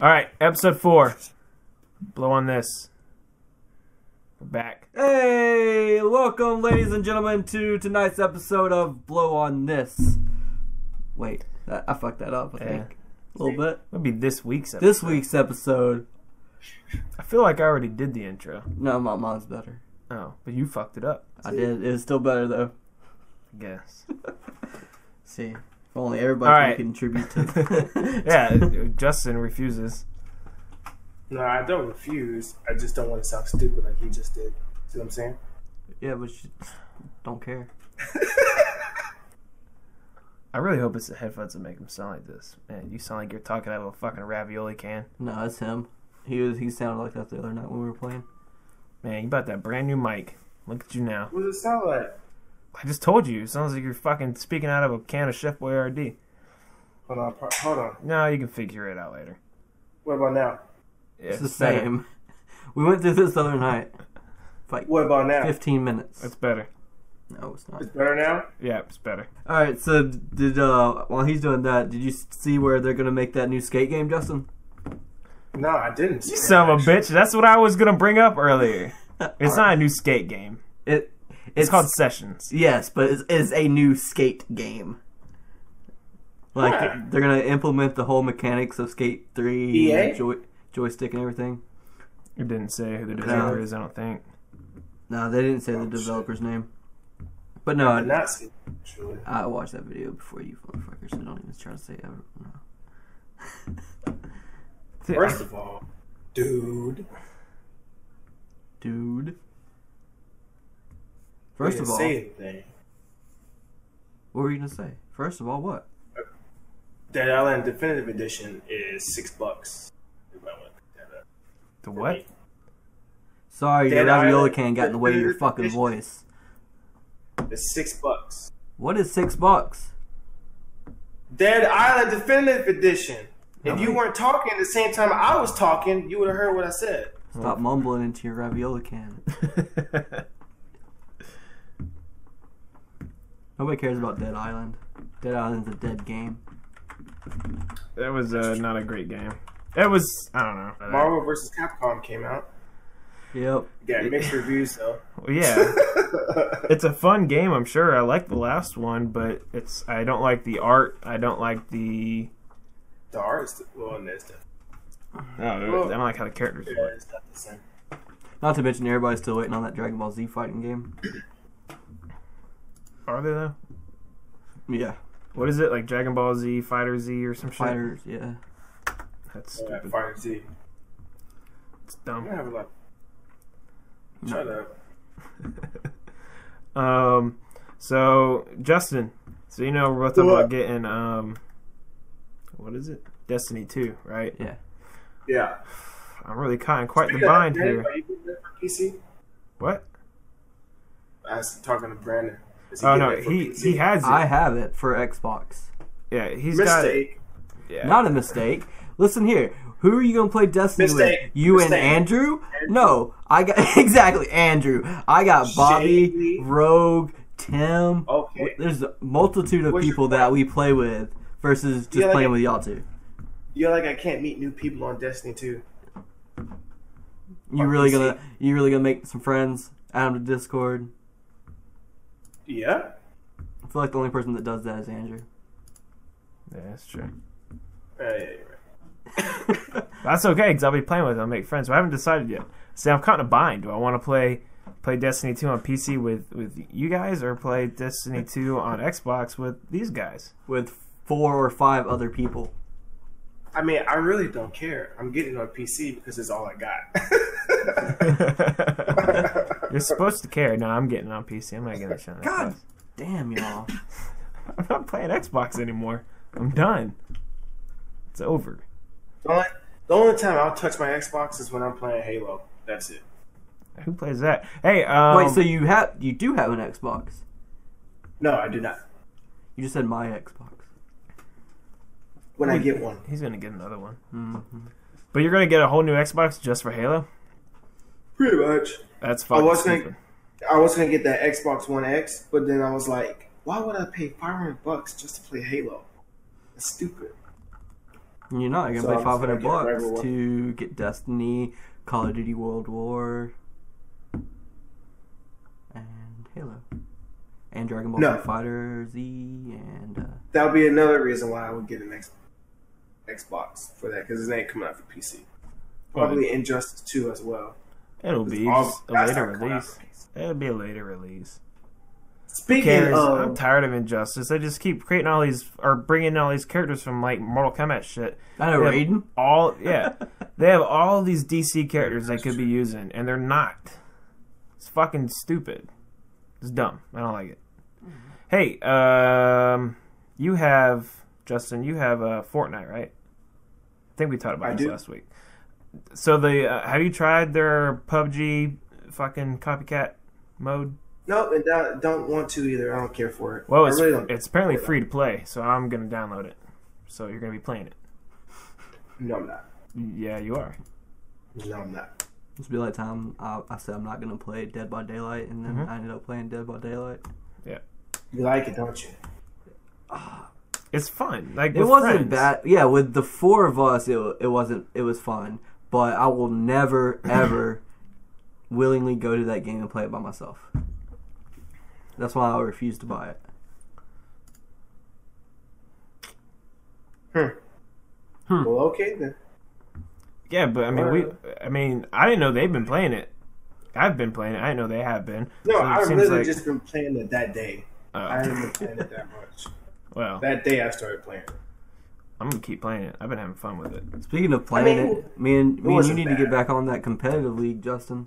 All right, episode four. Blow on this. We're back. Hey, welcome, ladies and gentlemen, to tonight's episode of Blow on This. Wait, that, I fucked that up, I Yeah. think. A little bit. It'll be this week's episode. This week's episode. I feel like I already did the intro. No, my mine's better. Oh, but you fucked it up, I did. It's still better, though. I guess. See, if only everybody All right. can contribute to yeah, uh, Justin refuses. No, I don't refuse. I just don't want to sound stupid like he just did. See what I'm saying? Yeah, but you don't care. I really hope it's the headphones that make him sound like this. Man, you sound like you're talking out of a fucking ravioli can. No, it's him. He was. He sounded like that the other night when we were playing. Man, you bought that brand new mic. Look at you now. What does it sound like? I just told you. It sounds like you're fucking speaking out of a can of Chef Boyardee. Hold on, par- hold on. No, you can figure it out later. What about now? Yeah, It's the better. same. We went through this the other night. What about now? Fifteen minutes. It's better. No, it's not. It's better now. Yeah, it's better. All right. So did uh while he's doing that, did you see where they're gonna make that new skate game, Justin? No, I didn't. You son of a bitch. That's what I was gonna bring up earlier. It's not a new skate game. It. It's, called Sessions. Yes, but it is a new skate game. Like Huh. they're gonna implement the whole mechanics of Skate E Three, EA? joy, joystick, and everything. It didn't say who the developer is. I don't think. No, they didn't say Oh, the developer's name. But no, I did not see. Actually. I watched that video before you motherfuckers. So don't even try to say I no. First of all, dude. dude. we First didn't of all, say anything. what were you gonna say? First of all, what? Dead Island Definitive Edition is six bucks. If I want to look that up. The what? Sorry, your Dead Island. ravioli can got in the way of your fucking voice. It's six bucks. What is six bucks? Dead Island Definitive Edition. If you weren't talking at the same time I was talking, you would have heard what I said. Stop mumbling into your ravioli can. Nobody cares about Dead Island. Dead Island's a dead game. that was uh, not a great game. That was I don't know. Marvel vs. Capcom came out. Yep. Got mixed reviews though. Well, yeah, it's a fun game. I'm sure. I like the last one, but it's I don't like the art. I don't like the. The artist well, and this Oh, I don't like how the characters yeah, look. it's not the same. Not to mention everybody's still waiting on that Dragon Ball Z fighting game. Are they though? Yeah. What is it like? Dragon Ball Z Fighter Z or some shit? Fighters, yeah. That's Yeah, stupid. Fire Z. It's I'm dumb. gonna have a lot. Shut up. Um, so Justin, so you know we're both talking about What? getting um, what is it? Destiny two, right? Yeah. Yeah. I'm really caught in quite the Yeah, bind Brandon, here. Are you good for PC? What? I was talking to Brandon. Is Oh good no, for he PC? he has it. I have it for Xbox. yeah, he's got it. mistake. Yeah. Not a mistake. Listen here. Who are you gonna play Destiny Mistake. with? You and Mistake. Andrew? No, I got exactly Andrew. I got Bobby, Shady. Rogue, Tim. Okay. There's a multitude of What's your people that we play with versus just Yeah, like- playing with y'all two. You're like I can't meet new people on Destiny 2. You really fucking gonna you really gonna make some friends? Add them to Discord. Yeah. I feel like the only person that does that is Andrew. yeah, that's true. Uh, yeah, you're right. That's okay because I'll be playing with him, I'll make friends. But I haven't decided yet. See, I'm caught in a bind. Do I want to play play Destiny two on PC with with you guys, or play Destiny two on Xbox with these guys? with four or five other people. I mean, I really don't care. I'm getting it on PC because it's all I got. You're supposed to care. No, I'm getting on PC. I'm not getting a shit on God Xbox. damn y'all. I'm not playing Xbox anymore. I'm done. It's over. the, only, the only time I'll touch my Xbox is when I'm playing Halo. That's it. Who plays that? Hey, um, Wait, so you have you do have an Xbox. No, I do not. You just said my Xbox. When Hmm. I get one. he's gonna get another one. Mhm. But you're gonna get a whole new Xbox just for Halo? Pretty much. That's I fucking was stupid. gonna, I was gonna get that Xbox One X, but then I was like, why would I pay 500 bucks just to play Halo? That's stupid. You're not. You're So gonna pay I'm just five gonna hundred get a regular bucks one. to get Destiny, Call of Duty World War, and Halo, and Dragon Ball No. Z Fighter Z, and uh, That would be another reason why I would get an X- Xbox for that because it ain't coming out for PC. Probably Injustice 2 as well. It'll be All- just a that's later not coming out release. for PC. It'll be a later release. Speaking Cares. of, I'm tired of injustice. They just keep creating all these or bringing all these characters from like Mortal Kombat shit. I know They have Raiden. All yeah, they have all these DC characters they could be using, and they're not. It's fucking stupid. It's dumb. I don't like it. Mm-hmm. Hey, um, you have Justin. You have uh, Fortnite, right? I think we talked about I this do. last week. So the uh, have you tried their PUBG fucking copycat mode? no, and I don't want to either. I don't care for it. Well, I it's really don't. it's apparently free to play, so I'm gonna download it. So you're gonna be playing it. no, I'm not. Yeah, you are. No, I'm not. It's be like time I, I said I'm not gonna play Dead by Daylight, and then Mm-hmm. I ended up playing Dead by Daylight. You like it, don't you? It's fun. Like It with wasn't friends. bad. Yeah, with the four of us, it wa- it wasn't. It was fun, but I will never ever willingly go to that game and play it by myself. That's why I refuse to buy it. Well, okay then. Yeah, but I mean, we. I mean, I didn't know they've been playing it. I've been playing it. I didn't know they have been. No, So it I've seems really like- just been playing it that day. Oh, I haven't been playing it that much. well, That day I started playing. it. I'm gonna keep playing it. I've been having fun with it. Speaking of playing I mean, it, me and me and you wasn't need to get bad. back on that competitive league, Justin.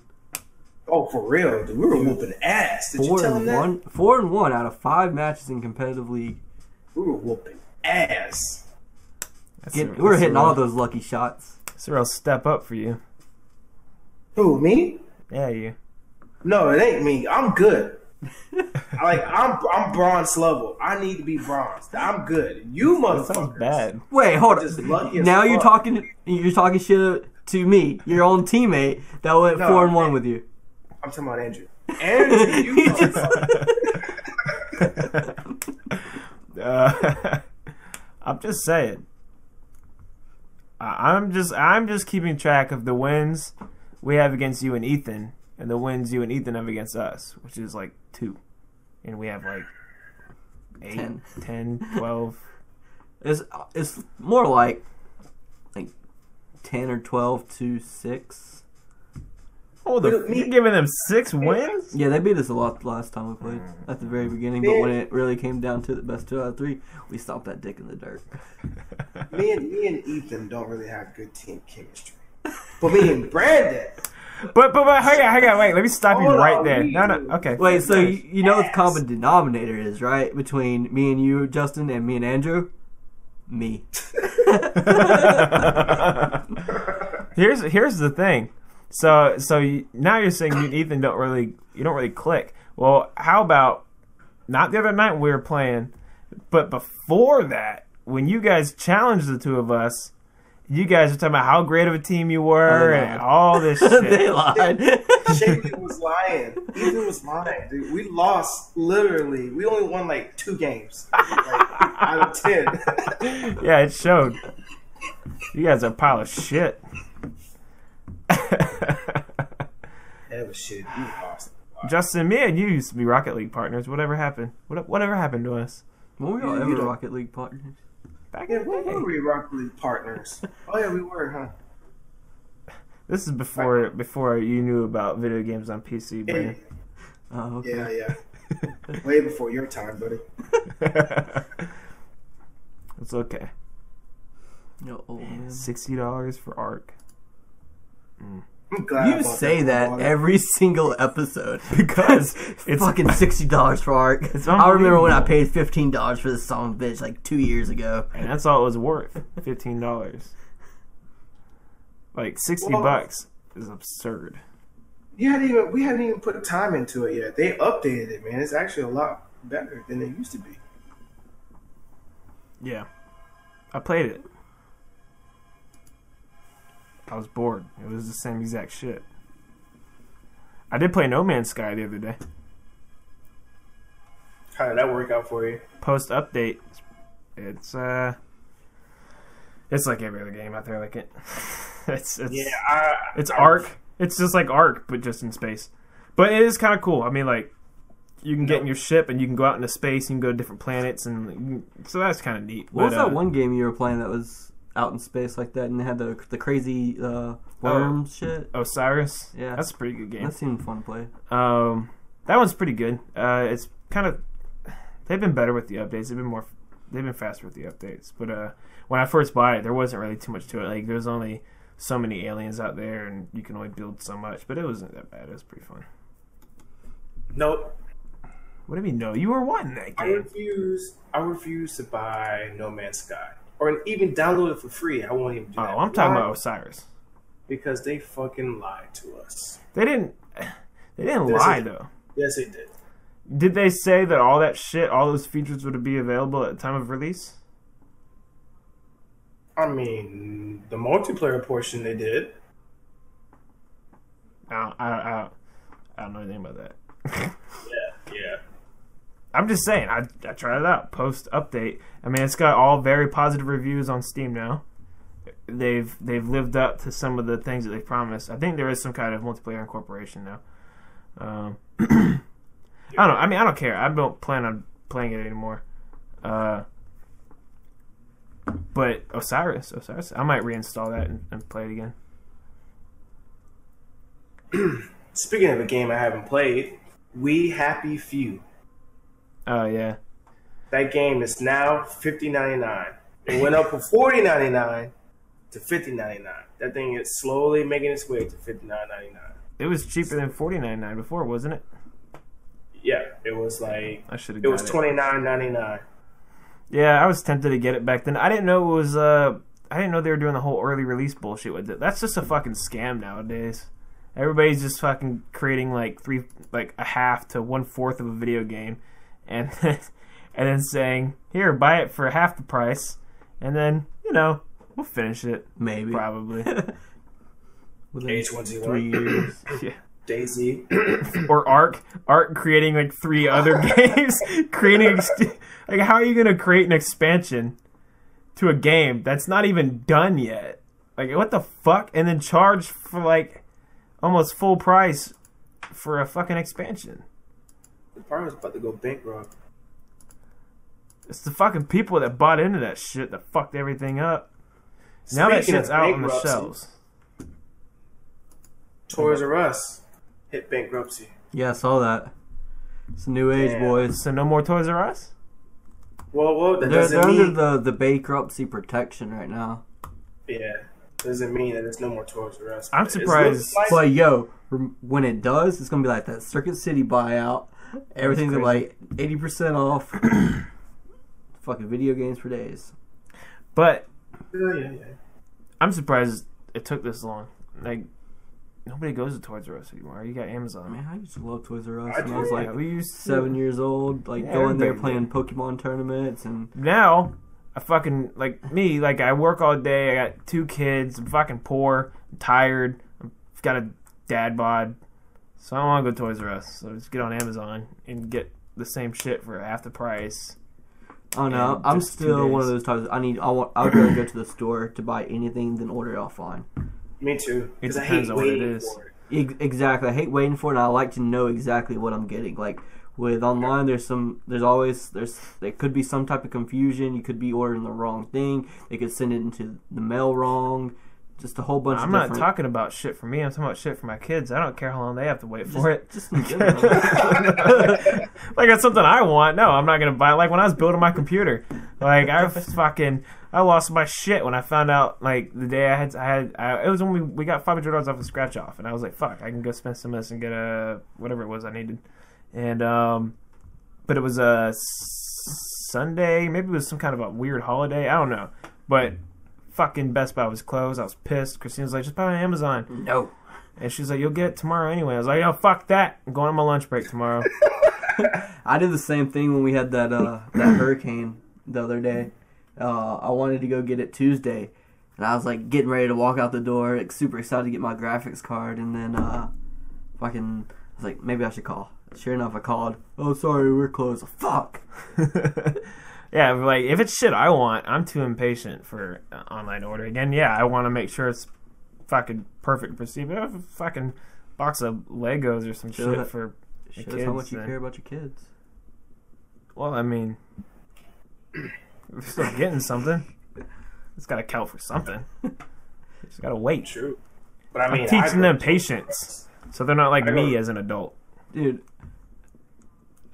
Oh, for real, dude. We were whooping ass. Did you Four tell him and that? one, four and one out of five matches in competitive league. We were whooping ass. That's Get, a- we're that's a hitting all real- those lucky shots. That's a real step up for you. Who, me? Yeah, you. No, it ain't me. I'm good. I like I'm I'm bronze level. I need to be bronze. I'm good. You That sounds motherfuckers. bad. Wait, hold Just on. lucky as Now you're fuck. talking. You're talking shit to me, your own teammate that went No, four and one I- with you. I'm talking about Andrew. Andrew, you motherfucker. Uh, I'm just saying. I- I'm just I'm just keeping track of the wins we have against you and Ethan, and the wins you and Ethan have against us, which is like two, and we have like eight, ten, Ten. twelve. 12. It's it's more like like ten or twelve to six. Oh, the, Look, me- you're giving them six wins? Yeah, they beat us a lot the last time we played Mm. at the very beginning, but when it really came down to the best two out of three, we stomped that dick in the dirt. me and me and Ethan don't really have good team chemistry. But me and Brandon, But but but hang on, hang on, wait. Let me stop you Hold right on, there. we- No, no, okay. Wait, so you, you know what the Yes. common denominator is, right? Between me and you, Justin, and me and Andrew? Me. here's here's the thing. So so you, now you're saying you and Ethan don't really you don't really click. Well, how about not the other night we were playing, but before that when you guys challenged the two of us, you guys were talking about how great of a team you were Oh, man. and all this shit. they lied. Shaky was lying. Ethan was lying, dude. We lost literally. We only won like two games like, out of ten. yeah, it showed. You guys are a pile of shit. that was shit. We lost. Justin, me and you used to be Rocket League partners. Whatever happened? What, whatever happened to us? when were y'all You- ever you don't- Rocket League partners? Back Yeah, in the what day. were we Rocket League partners? Oh yeah, we were, huh? This is before before you knew about video games on PC, Yeah, Brandon. Oh, okay. yeah, yeah. Way before your time, buddy. it's okay. You're old, man. Sixty dollars for Arc I'm glad I You bought say that one. every single episode. because It's it's fucking sixty dollars for art. It's I remember when I unbelievable. paid fifteen dollars for this song, bitch, like two years ago. and that's all it was worth. Fifteen dollars. Like sixty Whoa. bucks is absurd. you hadn't even we hadn't even put time into it yet. They updated it, man. It's actually a lot better than it used to be. Yeah, I played it. I was bored. It was the same exact shit. I did play No Man's Sky the other day. How did that work out for you? Post update, it's uh, It's like every other game out there like it. It's it's Yeah, I, it's I- Arc. It's just like Arc, but just in space. But it is kind of cool. I mean, like you can get in your ship and you can go out into space. You can go to different planets, and so that's kind of neat. What was But, that uh, one game you were playing that was out in space like that and it had the the crazy uh, worm shit? Osiris. Yeah. that's a pretty good game. That seemed fun to play. Um, that one's pretty good. Uh, it's kind of they've been better with the updates. They've been more they've been faster with the updates. But uh, when I first bought it, there wasn't really too much to it. Like there's only so many aliens out there, and you can only build so much. But it wasn't that bad. It was pretty fun. nope. What do you mean? No, you were wanting that I game. refuse. I refuse to buy No Man's Sky or even download it for free. I won't even do Oh, that. I'm talking Why? about Osiris. because they fucking lied to us. They didn't. They didn't This lie is- though. Yes, they did. Did they say that all that shit, all those features would be available at the time of release? I mean, the multiplayer portion they did. I don't, I, I, I don't know anything about that. Yeah, yeah. I'm just saying, I, I tried it out post update. I mean, it's got all very positive reviews on Steam now. They've they've lived up to some of the things that they promised. I think there is some kind of multiplayer incorporation now. Um, I don't. know. I mean, I don't care. I don't plan on playing it anymore. Uh, but Osiris, Osiris, I might reinstall that and, and play it again. Speaking of a game I haven't played, We Happy Few. Oh yeah, That game is now fifty ninety nine. It went up from forty ninety nine to fifty ninety nine. That thing is slowly making its way to fifty nine ninety nine. it was cheaper than forty nine nine before, wasn't it? Yeah, it was like I should have. it was twenty nine ninety nine. Yeah, I was tempted to get it back then. I didn't know it was uh I didn't know they were doing the whole early release bullshit with it. That's just a fucking scam nowadays. Everybody's just fucking creating like three like a half to one fourth of a video game and then, and then saying, Here, buy it for half the price and then, you know, we'll finish it. Maybe. Probably. Within H one Z three one. years. yeah. Daisy. Or Arc Arc creating like three other games. creating ex- like how are you gonna create an expansion to a game that's not even done yet? Like what the fuck? And then charge for like almost full price for a fucking expansion. Probably was about to go bankrupt. It's the fucking people that bought into that shit that fucked everything up. Now that Speaking of shit's out on the bankruptcy, shelves. Toys R Us hit bankruptcy. Yeah, I saw that. It's new age, Yeah. boys. So no more Toys R Us? Well, well, that They're, doesn't they're under mean the, the bankruptcy protection right now. yeah doesn't mean that there's no more Toys R Us. I'm It's looking surprised- like- But yo, rem- when it does, it's gonna be like that Circuit City buyout. Everything's at like eighty percent off. Fucking video games for days. But Yeah, yeah, yeah. I'm surprised it took this long. Like nobody goes to Toys R Us anymore. You got Amazon. Man, I used to love Toys R Us. I when I was did. like Yeah, we used to- seven years old, like Yeah, going there everybody playing Pokemon tournaments and now I fucking like me, like I work all day, I got two kids, I'm fucking poor, I'm tired, I've got a dad bod. So I don't wanna go to Toys R Us. So just get on Amazon and get the same shit for half the price. Oh no, And I'm just two still one days. of those types. I need. I want. I would rather go to the store to buy anything than order it offline. Me too. It Because I depends hate on what it waiting is. for it. Ex- Exactly. I hate waiting for it. and I like to know exactly what I'm getting. Like with online, there's some. There's always there's there could be some type of confusion. You could be ordering the wrong thing. They could send it into the mail wrong. Just a whole bunch. I'm of not different, talking about shit for me, I'm talking about shit for my kids. I don't care how long they have to wait for it. Just in general. like that's something I want. No, I'm not gonna buy. it. Like when I was building my computer, like I fucking I lost my shit when I found out like the day I had I had I, it was when we, we got five hundred dollars off of scratch off, and I was like, fuck, I can go spend some of this and get a whatever it was I needed, and um, but it was a s- Sunday, maybe it was some kind of a weird holiday, I don't know, but. Fucking Best Buy was closed. I was pissed. Christina's like, just buy it on Amazon. no. And she's like, you'll get it tomorrow anyway. I was like, oh, fuck that. I'm going on my lunch break tomorrow. I did the same thing when we had that uh, that hurricane the other day. Uh, I wanted to go get it Tuesday, and I was like getting ready to walk out the door, like super excited to get my graphics card, and then uh, fucking I was like maybe I should call. Sure enough, I called. Oh, sorry, we're closed. Fuck. Yeah, but, like if it's shit I want, I'm too impatient for uh, online ordering. And yeah, I want to make sure it's fucking perfect for Steve. Have a fucking box of Legos or some Show shit that- for. Shows kids, how much you uh, care about your kids. Well, I mean, we're still getting something. It's got to count for something. It's got to wait. True. But I mean, I'm I teaching go- them patience, so they're not like I me go- as an adult. Dude,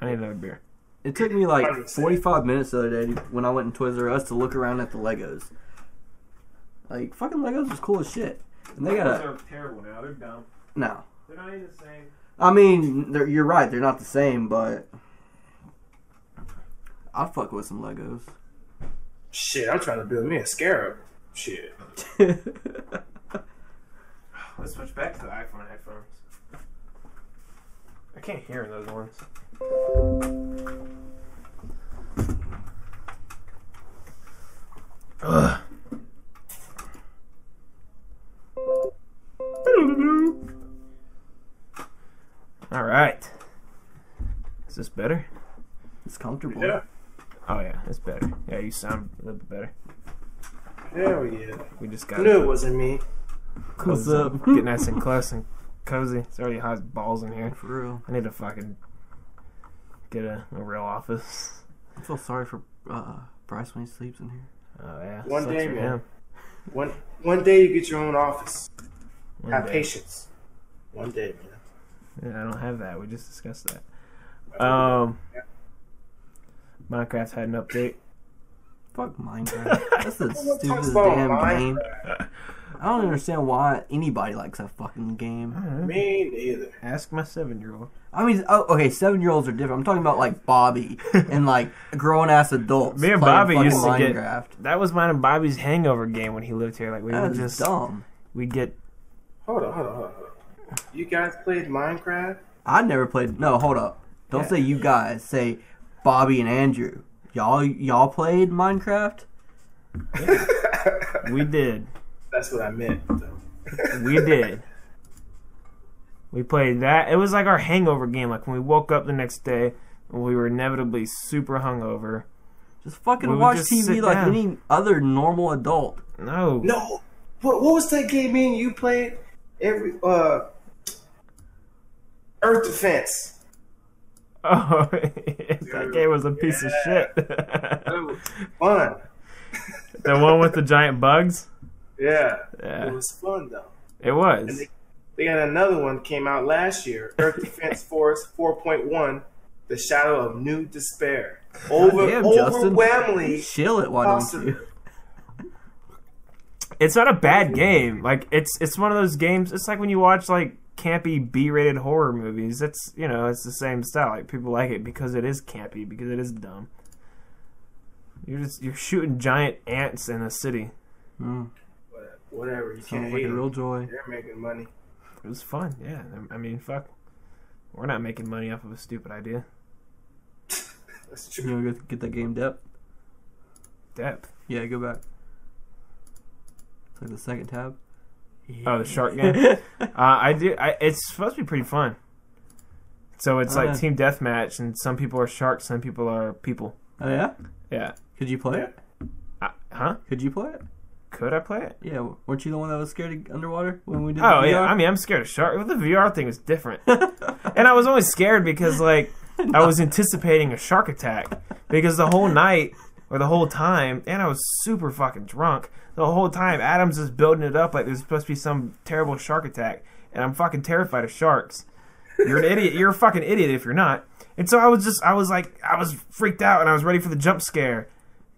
I need another beer. it took me like Hundred 45 minutes the other day when I went in Toys R Us to look around at the Legos. Like, fucking Legos is cool as shit. And they got a. terrible now. They're dumb. No. They're not even the same. I mean, they're, you're right. They're not the same, but I'd fuck with some Legos. Shit, I'm trying to build me a scarab. Shit. Let's switch back to the iPhone headphones. I can't hear in those ones. Ugh. All right. Is this better? it's comfortable. Yeah. Oh yeah, it's better. Yeah, you sound a little bit better. Hell yeah. We just got I knew it wasn't me. What's cozy. up? Get nice and close and cozy. It's already hot as balls in here. For real. I need to fucking get a, a real office. I feel sorry for uh, Bryce when he sleeps in here. Oh yeah, One sucks day, for man. him. One one day you get your own office. One Have day. patience. One day, man. Yeah, I don't have that. We just discussed that. Um, Minecraft had an update. Fuck Minecraft. That's the Everyone talks stupidest about damn game. Minecraft. I don't understand why anybody likes that fucking game. Me neither. Ask my seven-year-old. I mean, oh, okay, seven year olds are different. I'm talking about like Bobby and like grown ass adults. Me and playing Bobby fucking used to get- Minecraft. That was mine and Bobby's hangover game when he lived here. Like we would That's just dumb. we'd get Hold on, hold on, hold on. hold on. You guys played Minecraft? I never played. No, hold up. Don't Yeah. say you guys. Say Bobby and Andrew. Y'all, y'all played Minecraft. we did That's what I meant. though. we did. We played that. It was like our hangover game. Like when we woke up the next day, we were inevitably super hungover. Just fucking We would watch just TV sit like down. any other normal adult. No, No. What, what was that game mean you played? Every uh Earth Defense. Oh, that game was a piece of shit. That was fun. the one with the giant bugs. Yeah. Yeah. It was fun though. It was. They got another one came out last year, Earth Defense Force 4.1, The Shadow of New Despair. Over, Damn, Justin. overwhelmingly Chill it, why don't you? positive. It's not a bad game. Like it's it's one of those games. It's like when you watch like campy B-rated horror movies. It's you know it's the same style. Like people like it because it is campy because it is dumb. You're just you're shooting giant ants in a city. Mm, Whatever, you can't sounds like hate a real them. joy. They're making money. It was fun. Yeah. I I mean, fuck. We're not making money off of a stupid idea. That's You true. wanna go get that game depth? Depth. Yeah, go back. It's like the second tab. Oh, the shark game. Uh, I do. I, it's supposed to be pretty fun. So it's Uh. like team deathmatch, and some people are sharks, some people are people. oh yeah? Yeah. Could you play it? I, huh? Could you play it? Could I play it? Yeah. Weren't you the one that was scared of underwater when we did? Oh the yeah. VR? I mean, I'm scared of shark. Well, the VR thing was different, and I was always scared because like I was anticipating a shark attack because the whole night or the whole time, and I was super fucking drunk the whole time. Adams is building it up like there's supposed to be some terrible shark attack, and I'm fucking terrified of sharks. You're an idiot. You're a fucking idiot if you're not. And so I was just, I was like, I was freaked out and I was ready for the jump scare.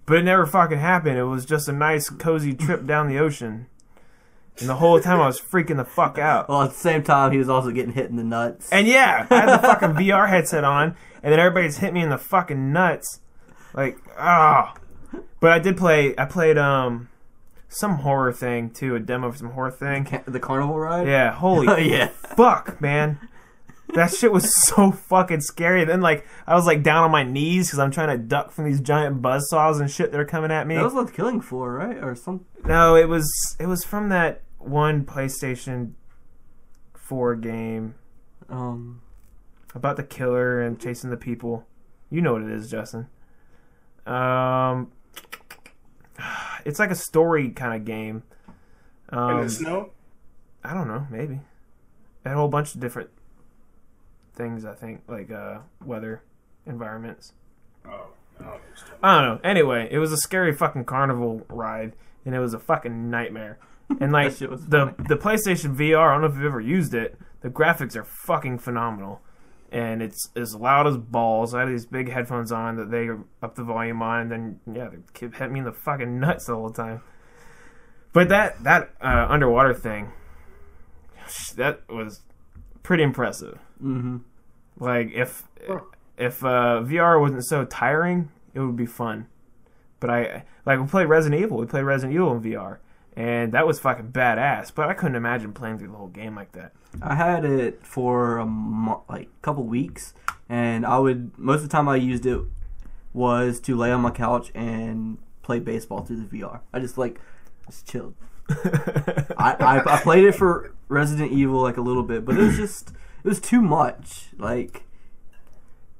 But it never fucking happened. It was just a nice, cozy trip down the ocean. And the whole time I was freaking the fuck out. Well, at the same time, he was also getting hit in the nuts. And yeah, I had the fucking VR headset on, and then everybody's hit me in the fucking nuts. Like, ah. But I did play, I played, um, some horror thing too, a demo of some horror thing. Ca- the carnival ride. Yeah, holy Oh yeah. fuck, man. That shit was so fucking scary. Then, like, I was like down on my knees because I'm trying to duck from these giant buzzsaws and shit that are coming at me. That was what the Killing Floor, right? Or some No, it was it was from that one PlayStation Four game um about the killer and chasing the people. You know what it is, Justin. Um, it's like a story kind of game. in Um, the snow. I don't know, maybe. And a whole bunch of different things. I think like uh, weather, environments. Oh, I don't understand. I don't know. Anyway, it was a scary fucking carnival ride, and it was a fucking nightmare. And like shit was the funny. the PlayStation VR, I don't know if you've ever used it. The graphics are fucking phenomenal, and it's as loud as balls. I had these big headphones on that they up the volume on, and then yeah, they kept hitting me in the fucking nuts the whole time. But that that uh, underwater thing, that was pretty impressive. Mm-hmm. Like if Huh. if uh, VR wasn't so tiring, it would be fun. But I like we played Resident Evil. We played Resident Evil in VR, and that was fucking badass. But I couldn't imagine playing through the whole game like that. I had it for a mo- like couple weeks, and I would most of the time I used it was to lay on my couch and play baseball through the VR. I just like just chilled. I, I I played it for Resident Evil like a little bit, but it was just it was too much. Like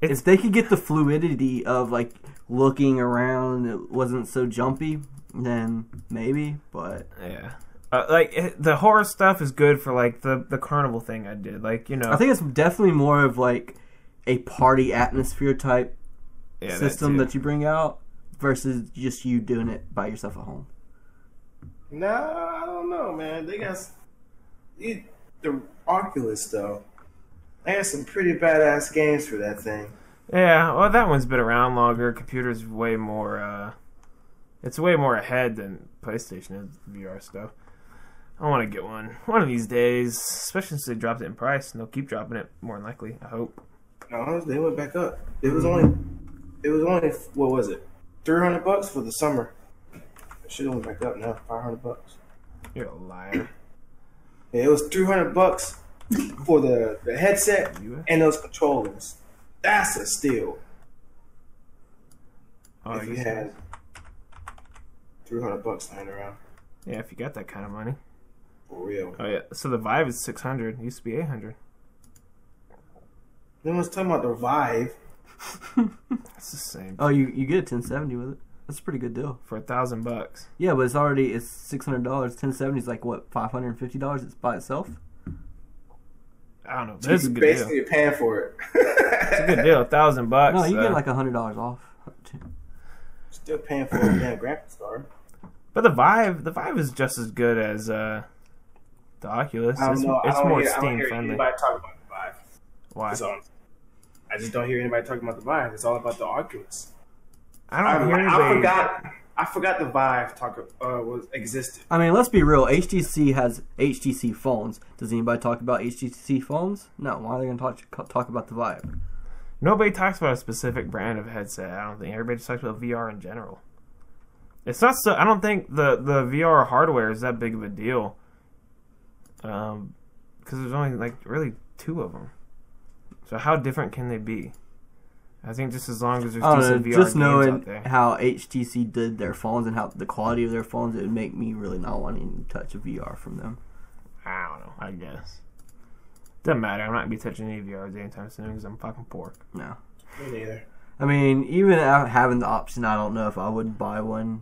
It's- if they could get the fluidity of like looking around, it wasn't so jumpy. Then maybe, but yeah. Uh, like it, the horror stuff is good for like the the carnival thing I did. Like you know, I think it's definitely more of like a party atmosphere type yeah, that system too. that, you bring out versus just you doing it by yourself at home. No, I don't know, man. They got s- it, the Oculus though. They had some pretty badass games for that thing. Yeah, well, that one's been around longer. Computers way more. uh It's way more ahead than PlayStation is VR stuff. I want to get one one of these days, especially since they dropped it in price and they'll keep dropping it more than likely. I hope. No, they went back up. It was only, it was only what was it, three hundred bucks for the summer. It should have went back up now, five hundred bucks. You're a liar. Yeah, it was three hundred bucks for the the headset You- and those controllers. That's a steal. Oh, I if you guess- had three hundred bucks lying around yeah, if you got that kind of money. for real. Oh yeah. So the Vive is six hundred. Used to be eight hundred. Then was talking about the Vive. It's the same Oh, you you get a 1070 with it. That's a pretty good deal. for a thousand bucks. Yeah, but it's already it's six hundred dollars. 1070 is like what five hundred and fifty dollars. It's by itself. I don't know. but It's a good deal. basically you're paying for It's a it. good deal. A thousand bucks. No, you uh, get like hundred dollars off. Still paying for a damn graphics card. But the Vive, the Vive is just as good as uh, the Oculus. I don't It's, know. it's I don't more hear, I don't Steam hear friendly. anybody talking about the Vive. Why? It's on. I just don't hear anybody talking about the Vive. It's all about the Oculus. I I, don't hear anybody. I forgot. I forgot the Vive talk uh, was existed. I mean, let's be real. HTC has HTC phones. Does anybody talk about HTC phones? No. Why are they gonna talk talk about the Vive? Nobody talks about a specific brand of headset. I don't think everybody just talks about VR in general. It's not so. I don't think the the VR hardware is that big of a deal. Um, because there's only like really two of them. So how different can they be? I think just as long as there's I don't know. decent VR Uh, just games out knowing there. how HTC did their phones and how the quality of their phones, it would make me really not wanting to touch a VR from them. I don't know. I guess doesn't matter. I'm not gonna be touching any VRs anytime soon because I'm fucking poor. No. Me neither. I mean, even out- having the option, I don't know if I would buy one.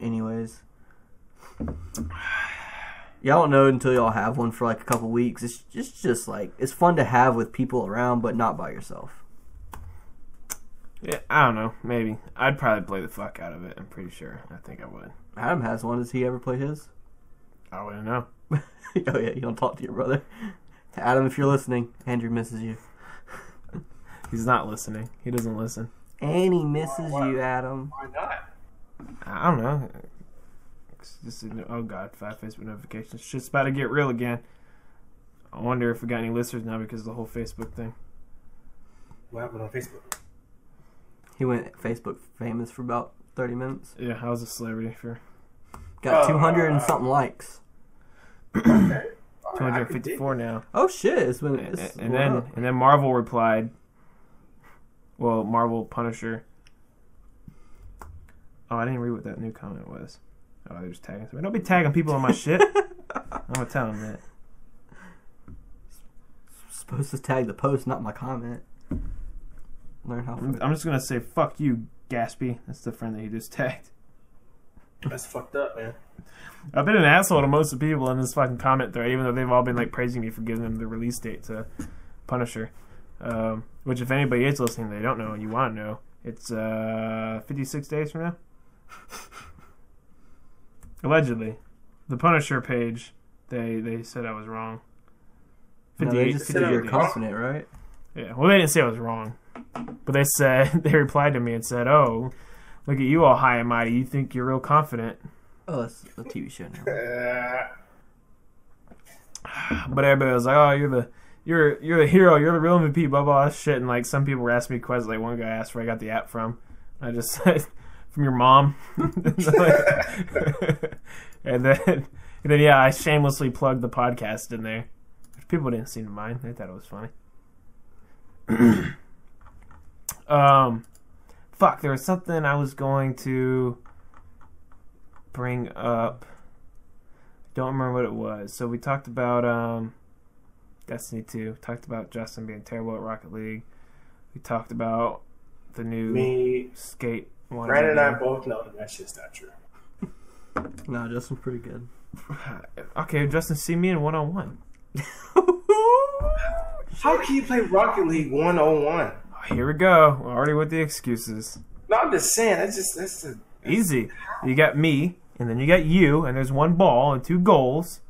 Anyways, y'all don't know until y'all have one for like a couple weeks. It's just, it's just like it's fun to have with people around, but not by yourself. Yeah, I don't know. Maybe I'd probably play the fuck out of it. I'm pretty sure. I think I would. Adam has one. Does he ever play his? I wouldn't know. oh yeah, you don't talk to your brother. Adam, if you're listening, Andrew misses you. He's not listening. He doesn't listen. And he misses you, Adam. Why not? I don't know. It's just a- oh god, five Facebook notifications. Shit's about to get real again. I wonder if we got any listeners now because of the whole Facebook thing. What happened on Facebook? He went Facebook famous for about 30 minutes. Yeah, I was a celebrity for Got Oh. 200 and something likes. Okay. All right, I could dig 254 now. Oh shit! It's been And, it's and then and then Marvel replied. Well, Marvel Punisher. Oh, I didn't read what that new comment was. Oh, they're just tagging somebody. Don't be tagging people on my shit. I'm gonna tell them that. supposed to tag the post, not my comment. Learn how. I'm, I'm just gonna say fuck you, Gaspy. That's the friend that you just tagged. That's fucked up, man. I've been an asshole to most of the people in this fucking comment thread, even though they've all been like praising me for giving them the release date to Punisher. Um, which, if anybody is listening, they don't know and you want to know, it's uh, 56 days from now. Allegedly, the Punisher page, they they said I was wrong. No, they just said 58 you're days. confident, right? Yeah. Well, they didn't say I was wrong, but they said they replied to me and said, "Oh, look at you all high and mighty. You think you're real confident." Oh, that's a TV show now. Uh, But everybody was like, "Oh, you're the you're you're the hero. You're the real MVP." Blah blah shit. And like some people were asking me questions. Like one guy asked where I got the app from. I just said, "From your mom." and then and then yeah, I shamelessly plugged the podcast in there, which people didn't seem to mind. They thought it was funny. um, fuck. There was something I was going to bring up. Don't remember what it was. So we talked about um, Destiny 2. Talked about Justin being terrible at Rocket League. We talked about the new me, skate one. Brandon, and I both know that shit's not true. No, Justin's pretty good. Okay, Justin, see me in one on one. How can you play Rocket League 101? Oh, Here we go. We're already with the excuses. No, I'm just saying. That's just that's the Easy. You got me, and then you got you, and there's one ball and two goals,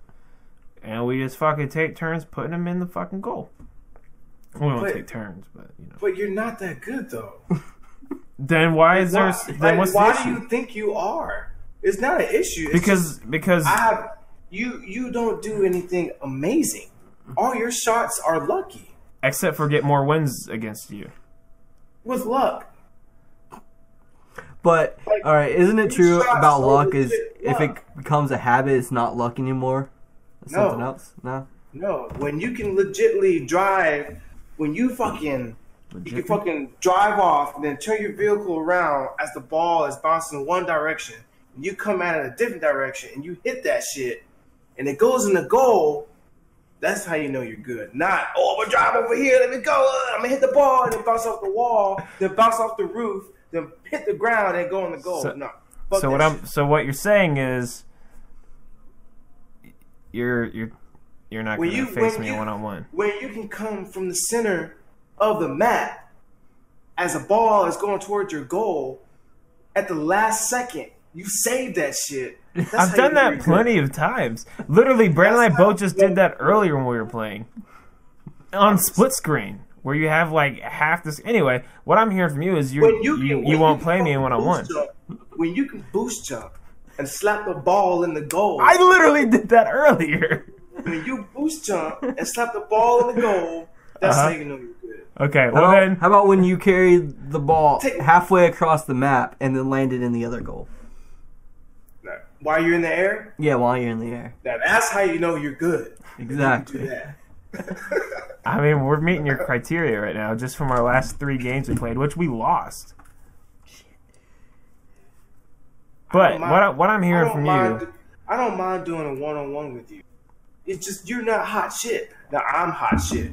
and we just fucking take turns putting them in the fucking goal. We don't But- take turns, but you know. But you're not that good though. Then why is there? Why, s- like, Then what's why the do issue? you think you are? It's not an issue. It's Because just, because I have you. You don't do anything amazing. All your shots are lucky except for get more wins against you. with luck. But Like, all right, isn't it you true shot about so luck? Is legit if it luck. becomes a habit, it's not luck anymore. It's No. Something else? No. No, when you can legitly drive, when you fucking you can fucking drive off and then turn your vehicle around as the ball is bouncing in one direction, and you come out in a different direction and you hit that shit, and it goes in the goal. That's how you know you're good. Not oh, I'm gonna drive over here. Let me go. uh, I'm gonna hit the ball and then bounce off the wall, then bounce off the roof, then hit the ground and go in the goal. So- no. so Fuck that what I'm shit. so what you're saying is you're you're you're not When going to you- face when me you- one on one. where you can come from the center of the map as a ball is going towards your goal at the last second. You saved that shit. That's I've how done you that get plenty of times. Literally, Brandon and I That's how- both just did that earlier when we were playing on split screen, where you have like half this. Anyway, what I'm hearing from you is you're, good. When you can- you, when won't can play me fucking one on one. boost jump- When you can boost jump and slap the ball in the goal, I literally did that earlier. when you boost jump and slap the ball in the goal, that's Uh-huh. how you know you're good. Okay, How well about, then how about when you carried the ball Take- halfway across the map and then landed in the other goal? Now, while you're in the air, Yeah, while you're in the air. now that's how you know you're good. Exactly. Yeah. I mean we're meeting your criteria right now just from our last three games we played, which we lost. But don't what I, mind- what I'm I hearing don't from mind, you, I don't mind doing a one on one with you. It's just you're not hot shit. Now I'm hot shit.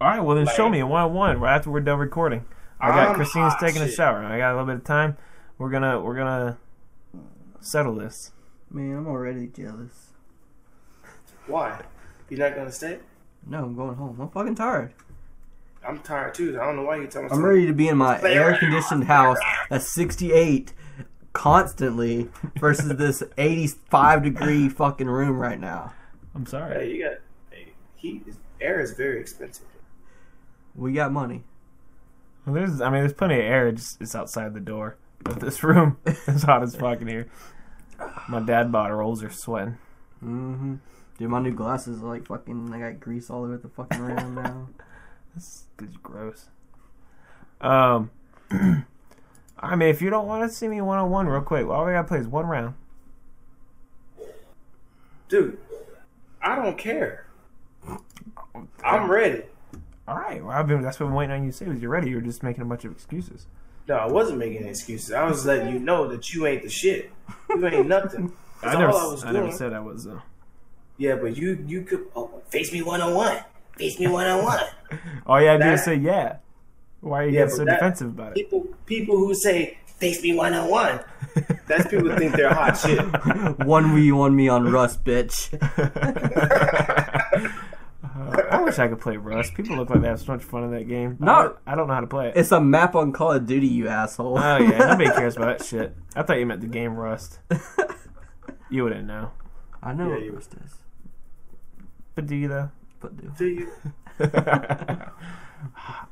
all right, well then show like- me a one on one right after we're done recording. I got I'm Christina's hot taking a shit. shower. I got a little bit of time. We're gonna we're gonna settle this. Man, I'm already jealous. Why? You're not gonna stay? No, I'm going home. I'm fucking tired. I'm tired too. I don't know why you're telling me. I'm ready to be in my air conditioned house at 68 constantly versus this 85 degree fucking room right now. I'm Hey, sorry. you got. Hey, heat is air is very expensive. We got money. Well, there's I mean there's plenty of air. It's, just- it's outside the door of this room. it's hot as fuck in here. My dad bought her rolls are sweating. Mm-hmm. Dude, my new glasses are like fucking. I got grease all over the fucking rim now. This is gross. Um, I mean, if you don't want to see me one on one, real quick, all we gotta play is one round. Dude, I don't care. I'm ready. All right, well, I've been that's what I'm waiting on you to say. Was you ready? You're just making a bunch of excuses. No, I wasn't making excuses. I was letting you know that you ain't the shit. You ain't nothing. That's I never, all I was I doing. never said I was. Uh, yeah, but you you could oh, face me one on one. Face me one on one. all you had to do was That- say yeah. Why are you Yeah, getting so but that- defensive about it? People people who say face me one on one, that's people who think they're hot shit. One v one me on Rust, bitch. Uh, I wish I could play Rust. People look like they have so much fun in that game. No. I don't, I don't know how to play it. It's a map on Call of Duty, you asshole. oh yeah, nobody cares about that shit. I thought you meant the game Rust. You wouldn't know, I know Yeah, what you- Rust is, but do you though? but do. Do you?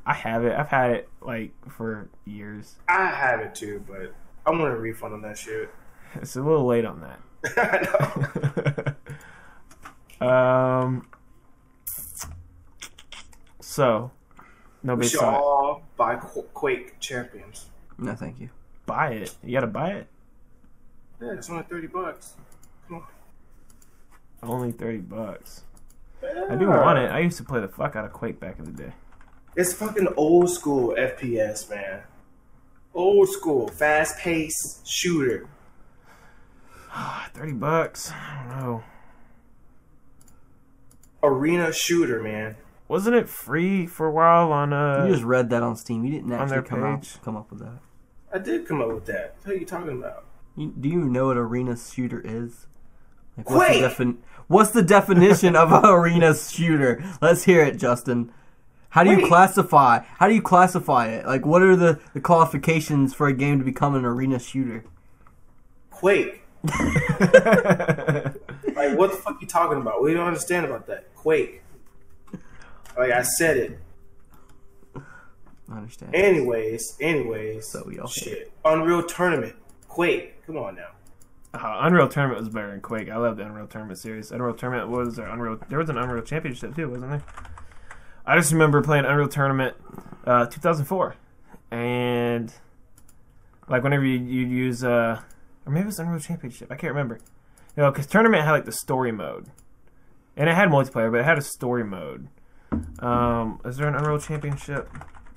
I have it. I've had it like for years. I have it too, but I want a refund on that shit. It's a little late on that. I know. um. So, We nobody should saw it. all buy Qu- Quake Champions. No, thank you. Buy it. You gotta buy it. Yeah, it's only thirty bucks. Come on. Only thirty bucks. I do want it. I used to play the fuck out of Quake back in the day. It's fucking old school FPS, man. Old school, fast paced shooter. Ah, Thirty bucks. I don't know. Arena shooter, man. Wasn't it free for a while on uh? you just read that on Steam. You didn't on their actually come out, page. come up with that. I did come up with that. What are you talking about? You, do you know what arena shooter is? Like, Quake! What's the, defin- what's the definition of an arena shooter? Let's hear it, Justin. How do you Wait. classify? How do you classify it? Like, what are the, the qualifications for a game to become an arena shooter? Quake. Like, what the fuck you talking about? We don't understand about that. Quake. Like I said it. I understand. Anyways, anyways. So we all- shit. Unreal Tournament. Quake. Come on now. Uh, Unreal Tournament was better than Quake. I love the Unreal Tournament series. Unreal Tournament was there. Unreal. There was an Unreal Championship too, wasn't there? I just remember playing Unreal Tournament, uh, 2004, and like whenever you you use uh, or maybe it was Unreal Championship. I can't remember. No, because Tournament had like the story mode, and it had multiplayer, but it had a story mode. Um, is there an Unreal Championship?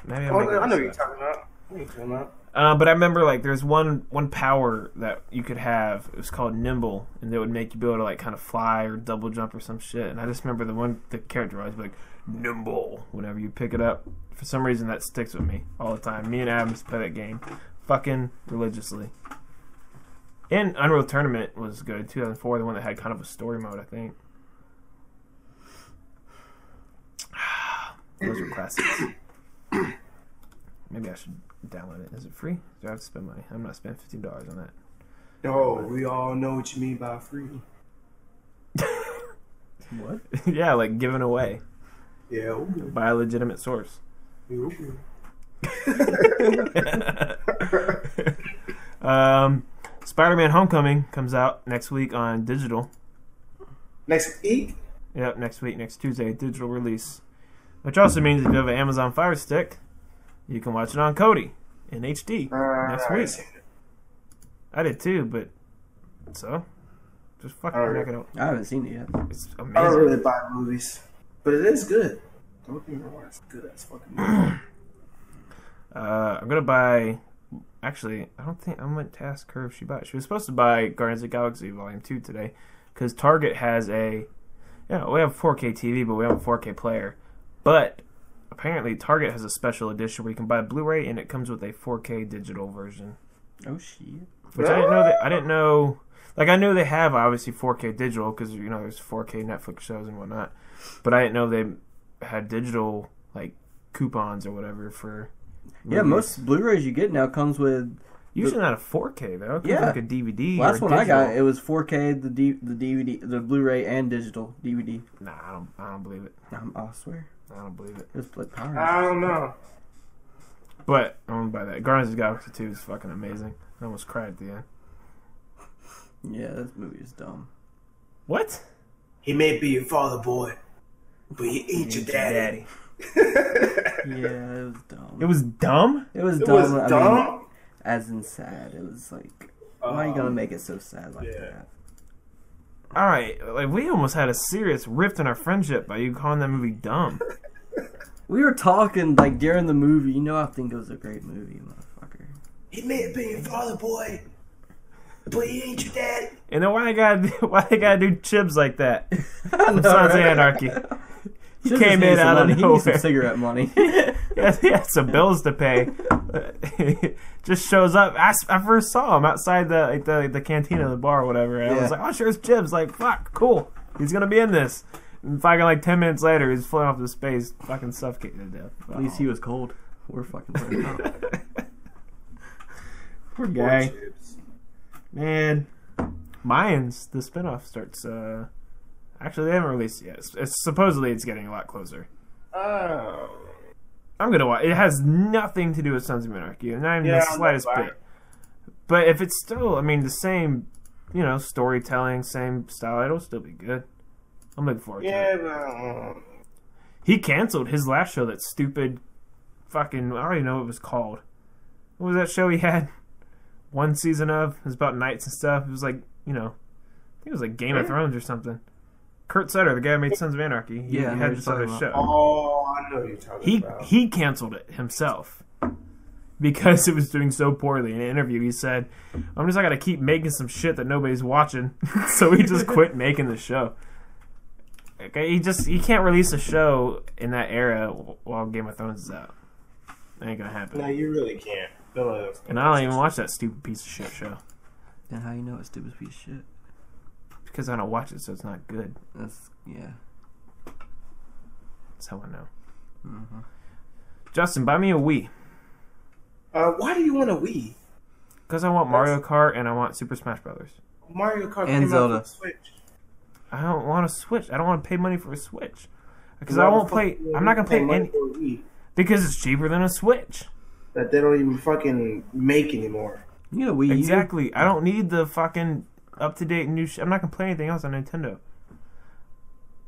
Maybe I'm Oh, making I know this what you're up. talking about. I know what you're talking about. Uh, but I remember like there's one one power that you could have. It was called Nimble, and that would make you be able to like kind of fly or double jump or some shit. And I just remember the one the character was like Nimble whenever you pick it up. For some reason that sticks with me all the time. Me and Adams play that game, fucking religiously. And Unreal Tournament was good. 2004, the one that had kind of a story mode, I think. Those are classics. Maybe I should download it. Is it free? Do I have to spend money? I'm not spending fifteen dollars on that. No, we all know what you mean by free. What? yeah, like given away Yeah. ooh, by a legitimate source. ooh. um, Spider-Man: Homecoming comes out next week on digital. Next week, Yep, next week, next Tuesday, digital release. Which also means if you have an Amazon Fire Stick, you can watch it on Cody in HD next Uh, week. I did too, but so just fucking Alright. check it out. I haven't seen it yet. It's I don't amazing. really buy movies, but it is good. Don't get me wrong, it's good as fucking movie. Uh, I'm gonna buy. Actually, I don't think I am going to ask her if she bought. it. She was supposed to buy Guardians of the Galaxy Volume Two today, because Target has a. Yeah, we have 4K TV, but we have a 4K player. But apparently, Target has a special edition where you can buy Blu-ray, and it comes with a 4K digital version. Oh shit! Which I didn't know. That, I didn't know. Like I know they have obviously 4K digital because you know there's 4K Netflix shows and whatnot, but I didn't know they had digital like coupons or whatever for. Yeah, movies. most Blu-rays you get now comes with. Usually not a 4K though. It comes Yeah. like a DVD. Last or one I got, digital. it was 4K, the D, the DVD, the Blu-ray and digital DVD. Nah, I don't. I don't believe it. Um, I swear, I don't believe it. it was like Power. Rangers. I don't know. But I'm gonna buy that. Guardians of the Galaxy 2 is fucking amazing. I almost cried at the end. yeah, this movie is dumb. What? He may be your father, boy, but he ain't your daddy. Yeah, it was dumb. It was dumb. It was It dumb. was I mean, dumb. as in sad. It was like, why are you Um, gonna make it so sad like yeah. that? All right, like we almost had a serious rift in our friendship by you calling that movie dumb. We were talking like during the movie. You know, I think it was a great movie, motherfucker. He may have been your father, boy, but he ain't your daddy. And then why they got why they gotta do chibs like that? Sons of Anarchy. He came in out money. of He needs some nowhere. cigarette money. He had, he had some bills to pay. Just shows up. I, s- I first saw him outside the like the, the cantina, the bar, or whatever. And I was Yeah. like, oh, sure, it's Jibs. Like, fuck, cool. He's gonna be in this. And fucking like ten minutes later, he's flown off the space, fucking suffocating to death. Oh, At least he was cold. We're fucking burning out. poor Poor guy, Chips. man. Mayans, the spinoff starts. uh Actually, they haven't released it yet. It's, it's, supposedly, it's getting a lot closer. Oh. I'm gonna watch. It has nothing to do with Sons of Anarchy, not even Yeah, the I'm slightest glad. bit. But if it's still, I mean, the same, you know, storytelling, same style, it'll still be good. I'm looking forward to it. Yeah, but um, He canceled his last show. That stupid, fucking, I don't even know what it was called. What was that show he had? One season of. It was about knights and stuff. It was like, you know, I think it was like Game of Thrones or something. Kurt Sutter, the guy who made Sons of Anarchy, he Yeah, I know what had you're this other talking show about. oh, I know what you're talking he about. he canceled it himself because it was doing so poorly in an interview he said i'm just i gotta keep making some shit that nobody's watching so he just quit making the show okay he just he can't release a show in that era while game of thrones is out ain't gonna happen no, you really can't. No, no, no. and i don't even watch that stupid piece of shit show Then how you know it's stupid piece of shit? because i don't watch it so it's not good That's yeah. that's how i know hmm justin buy me a wii Uh, why do you want a Wii? because i want mario kart and i want super smash brothers Mario Kart And came Zelda. out for Switch. I don't want to switch. I don't want to pay money for a Switch because Why I the won't fuck play. would I'm not gonna pay play money any for a Wii because it's cheaper than a Switch. that they don't even fucking make anymore. You get a Wii U. Exactly. I don't need the fucking up to date new. Sh- I'm not gonna play anything else on Nintendo.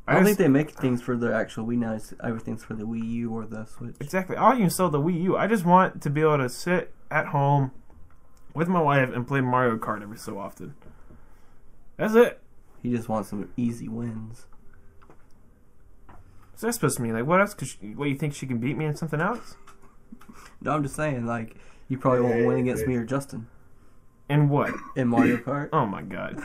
I don't just- think they make things for their actual Wii now. It's, everything's for the Wii U or the Switch. Exactly. I'll even sell the Wii U. I just want to be able to sit at home with my wife and play Mario Kart every so often. That's it. He just wants some easy wins. What's that supposed to mean? Like, what else? Could she, what you think she can beat me in something else? No, I'm just saying, like, you probably won't win against me or Justin And what? in Mario Kart. Oh my god!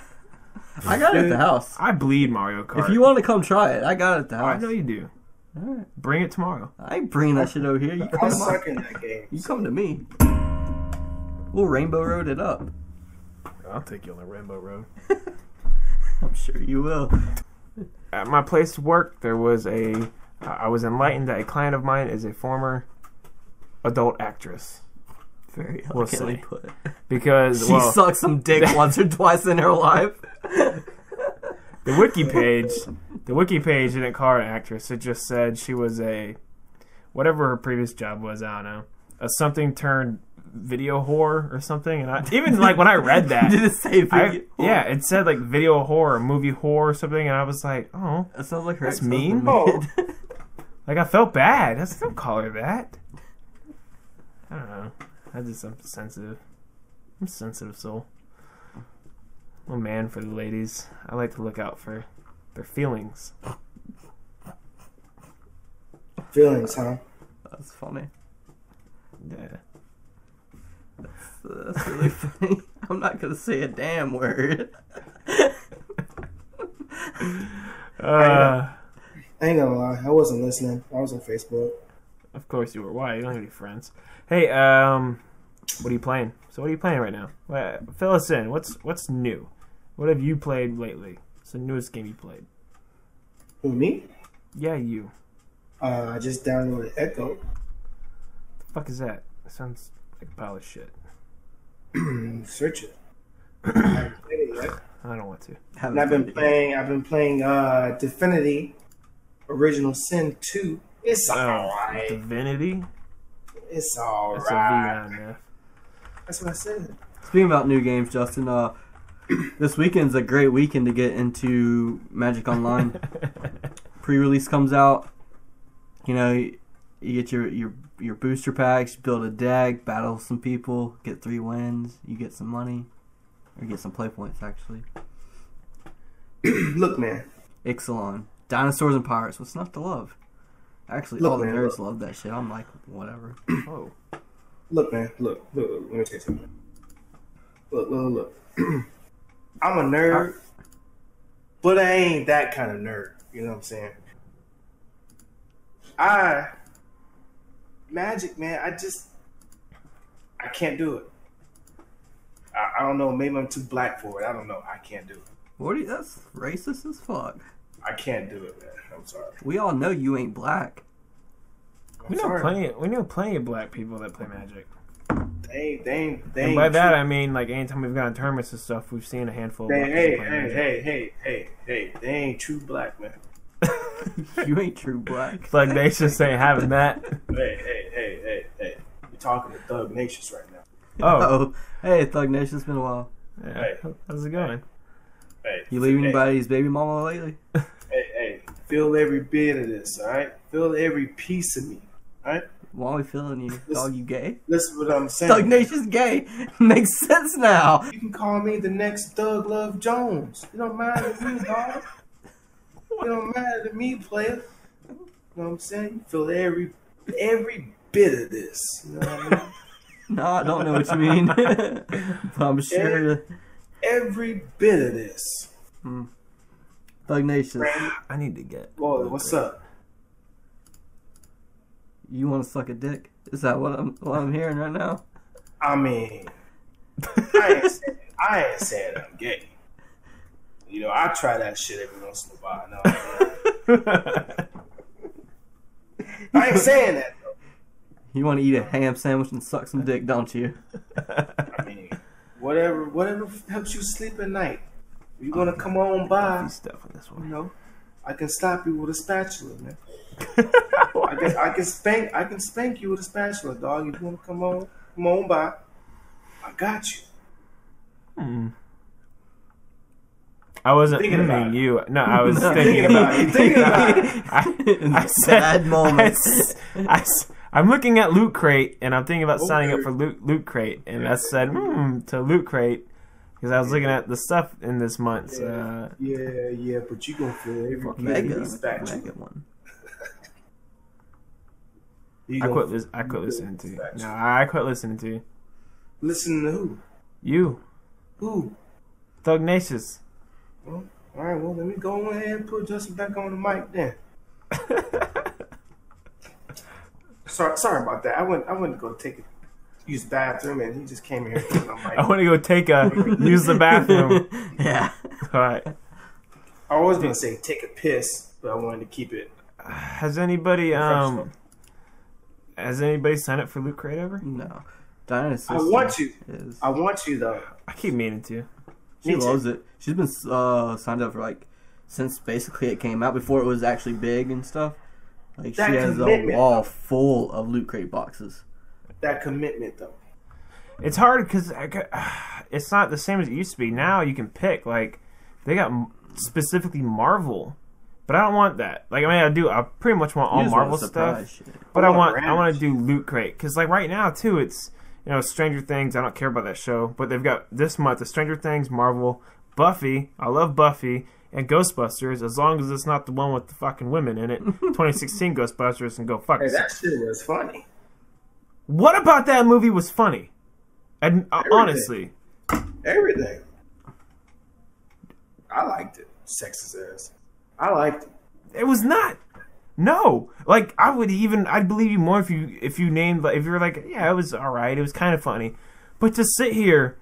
I got it at the house. I bleed Mario Kart. If you want to come try it, I got it at the I house. know you do. Alright. Bring it tomorrow. I ain't bringing that shit over here. You I come, to, my, suck in that game. you come to me. We'll Rainbow Road it up. I'll take you on the Rainbow Road. I'm sure you will. At my place of work, there was a. I I was enlightened that a client of mine is a former adult actress Very We'll elegantly see. put. because She well, sucked some dick once or twice in her life. the wiki page, the wiki page didn't call her an actress. It just said she was a whatever her previous job was. I don't know a something turned video whore or something. And I even like when I read that. Did it say I, video? yeah, it said like video whore or movie whore or something, and I was like, oh, That sounds like her. That's mean. ex-husband Oh. made. Like I felt bad. I still call her that. I don't know. I just I'm sensitive. I'm a sensitive soul. I'm a man for the ladies. I like to look out for their feelings. Feelings, huh? That's funny. Yeah. That's, that's really funny. I'm not gonna say a damn word. Uh, I ain't gonna lie, I wasn't listening. I was on Facebook. of course you were. Why? You don't have any friends. Hey, um, what are you playing? So what are you playing right now? Well, fill us in. What's what's new? What have you played lately? It's the newest game you played. Who me? Yeah, you. Uh, I just downloaded Echo. The fuck is that? That sounds like a pile of shit. Search it. I haven't played it yet. I don't want to. Haven't And I've been played it playing. I've been playing uh, Divinity Original Sin Two. It's Oh, alright. Divinity? It's alright. That's a V on That's what I said. yet. Speaking about new games, Justin. Uh, this weekend's a great weekend to get into Magic Online. there. Pre-release comes out. You know, you, you get your your your booster packs, build a deck, battle some people, get three wins, you get some money, or get some play points actually. Look, man. Ixalan, Dinosaurs and Pirates. What's not to love? Actually, Look, all the man, nerds love that shit. I'm like, whatever. oh. Look, man. Look. Look. look. Let me tell you something. Look. Look. Look. I'm a nerd, but I ain't that kind of nerd. You know what I'm saying? I magic, man. I just I can't do it. I, I don't know. Maybe I'm too black for it. I don't know. I can't do it. What? Are you, that's racist as fuck. I can't do it, man. I'm sorry. We all know you ain't black. I'm We know sorry. plenty. we know plenty of black people that play Magic. They ain't. They ain't. They And ain't by that true. I mean like anytime we've gone tournaments and stuff, we've seen a handful. Of They, black hey, people play hey, Magic. hey, hey, hey, hey, they ain't true black, man. You ain't true black. Thug Nation ain't having that. Hey, hey, hey, hey, hey. You're talking to Thug Nations right now. Oh, Oh, hey, Thug Nation, it's been a while. yeah. how's it going? Hey, You leave hey, anybody's baby mama lately? Hey, hey, feel every bit of this, all right? Feel every piece of me, all right? Why are we feeling you? Dog, you gay? Listen to what I'm saying. Thug Nation's gay. Makes sense now. You can call me the next Thug Love Jones. You don't matter to me, dog. You don't matter to me, player. You know what I'm saying? Feel every every bit of this. You know what I mean? No, I don't know what you mean. but I'm sure every bit of this. Thug Nation, I need to get. Boy, what's up? you want to suck a dick? Is that what I'm what I'm hearing right now? I mean, I ain't saying, I ain't saying I'm gay. You know, I try that shit every once in a while. No, I ain't saying that though. You want to eat a ham sandwich and suck some dick, don't you? I mean, whatever, whatever helps you sleep at night. You wanna come on by? stuff in this You one. know, I can stop you with a spatula, man. I can, I can spank, I can spank you with a spatula, dog. If you wanna come on, come on by. I got you. I wasn't Thinking about meaning it. you. No, I was thinking Thinking about it. Thinking about it. I, I said, Bad moments. I, am looking at Loot Crate and I'm thinking about signing up Okay. for Loot, Loot Crate, and I said hmm to Loot Crate because I was looking at the stuff in this month's. Uh, Yeah, yeah, but you gonna feel every bit Mega, of this spatula. mega one. You I gonna quit. feel Lis- I quit every bit listening of to. this you. No, spatula. I quit listening to you. Listen to who? You, Who? Thugnacious. Well, all right. Well, let me go ahead and put Justin back on the mic then. Sorry, sorry about that. I went. I went to go take a use the bathroom, and he just came here. and put it on my I mic. want to go take a use the bathroom. yeah. All right. I was gonna say take a piss, but I wanted to keep it. Has anybody um? Has anybody signed up for Loot Crate ever? No. Diana's I sister want you. Is, I want you though. I keep meaning to. she me too. loves it. She's been uh, signed up for like since basically it came out before it was actually big and stuff. Like That she has a commitment. wall full of loot crate boxes. That commitment though. It's hard because it's not the same as it used to be. Now you can pick like they got m- specifically Marvel, but I don't want that. Like I mean, I do. I pretty much want all You just want Marvel surprise stuff, shit. but I I want want I want to ranch. do Loot Crate because like right now too, it's you know Stranger Things. I don't care about that show, but they've got this month the Stranger Things, Marvel, Buffy. I love Buffy. And Ghostbusters, as long as it's not the one with the fucking women in it. 2016 Ghostbusters and go fuck Hey, yourself. that shit was funny. What about that movie was funny? And uh, Everything. honestly, Everything. I liked it. Sexist ass. I liked it. it was not. No, like I would even I'd believe you more if you if you named like if you were like yeah it was all right it was kind of funny, but to sit here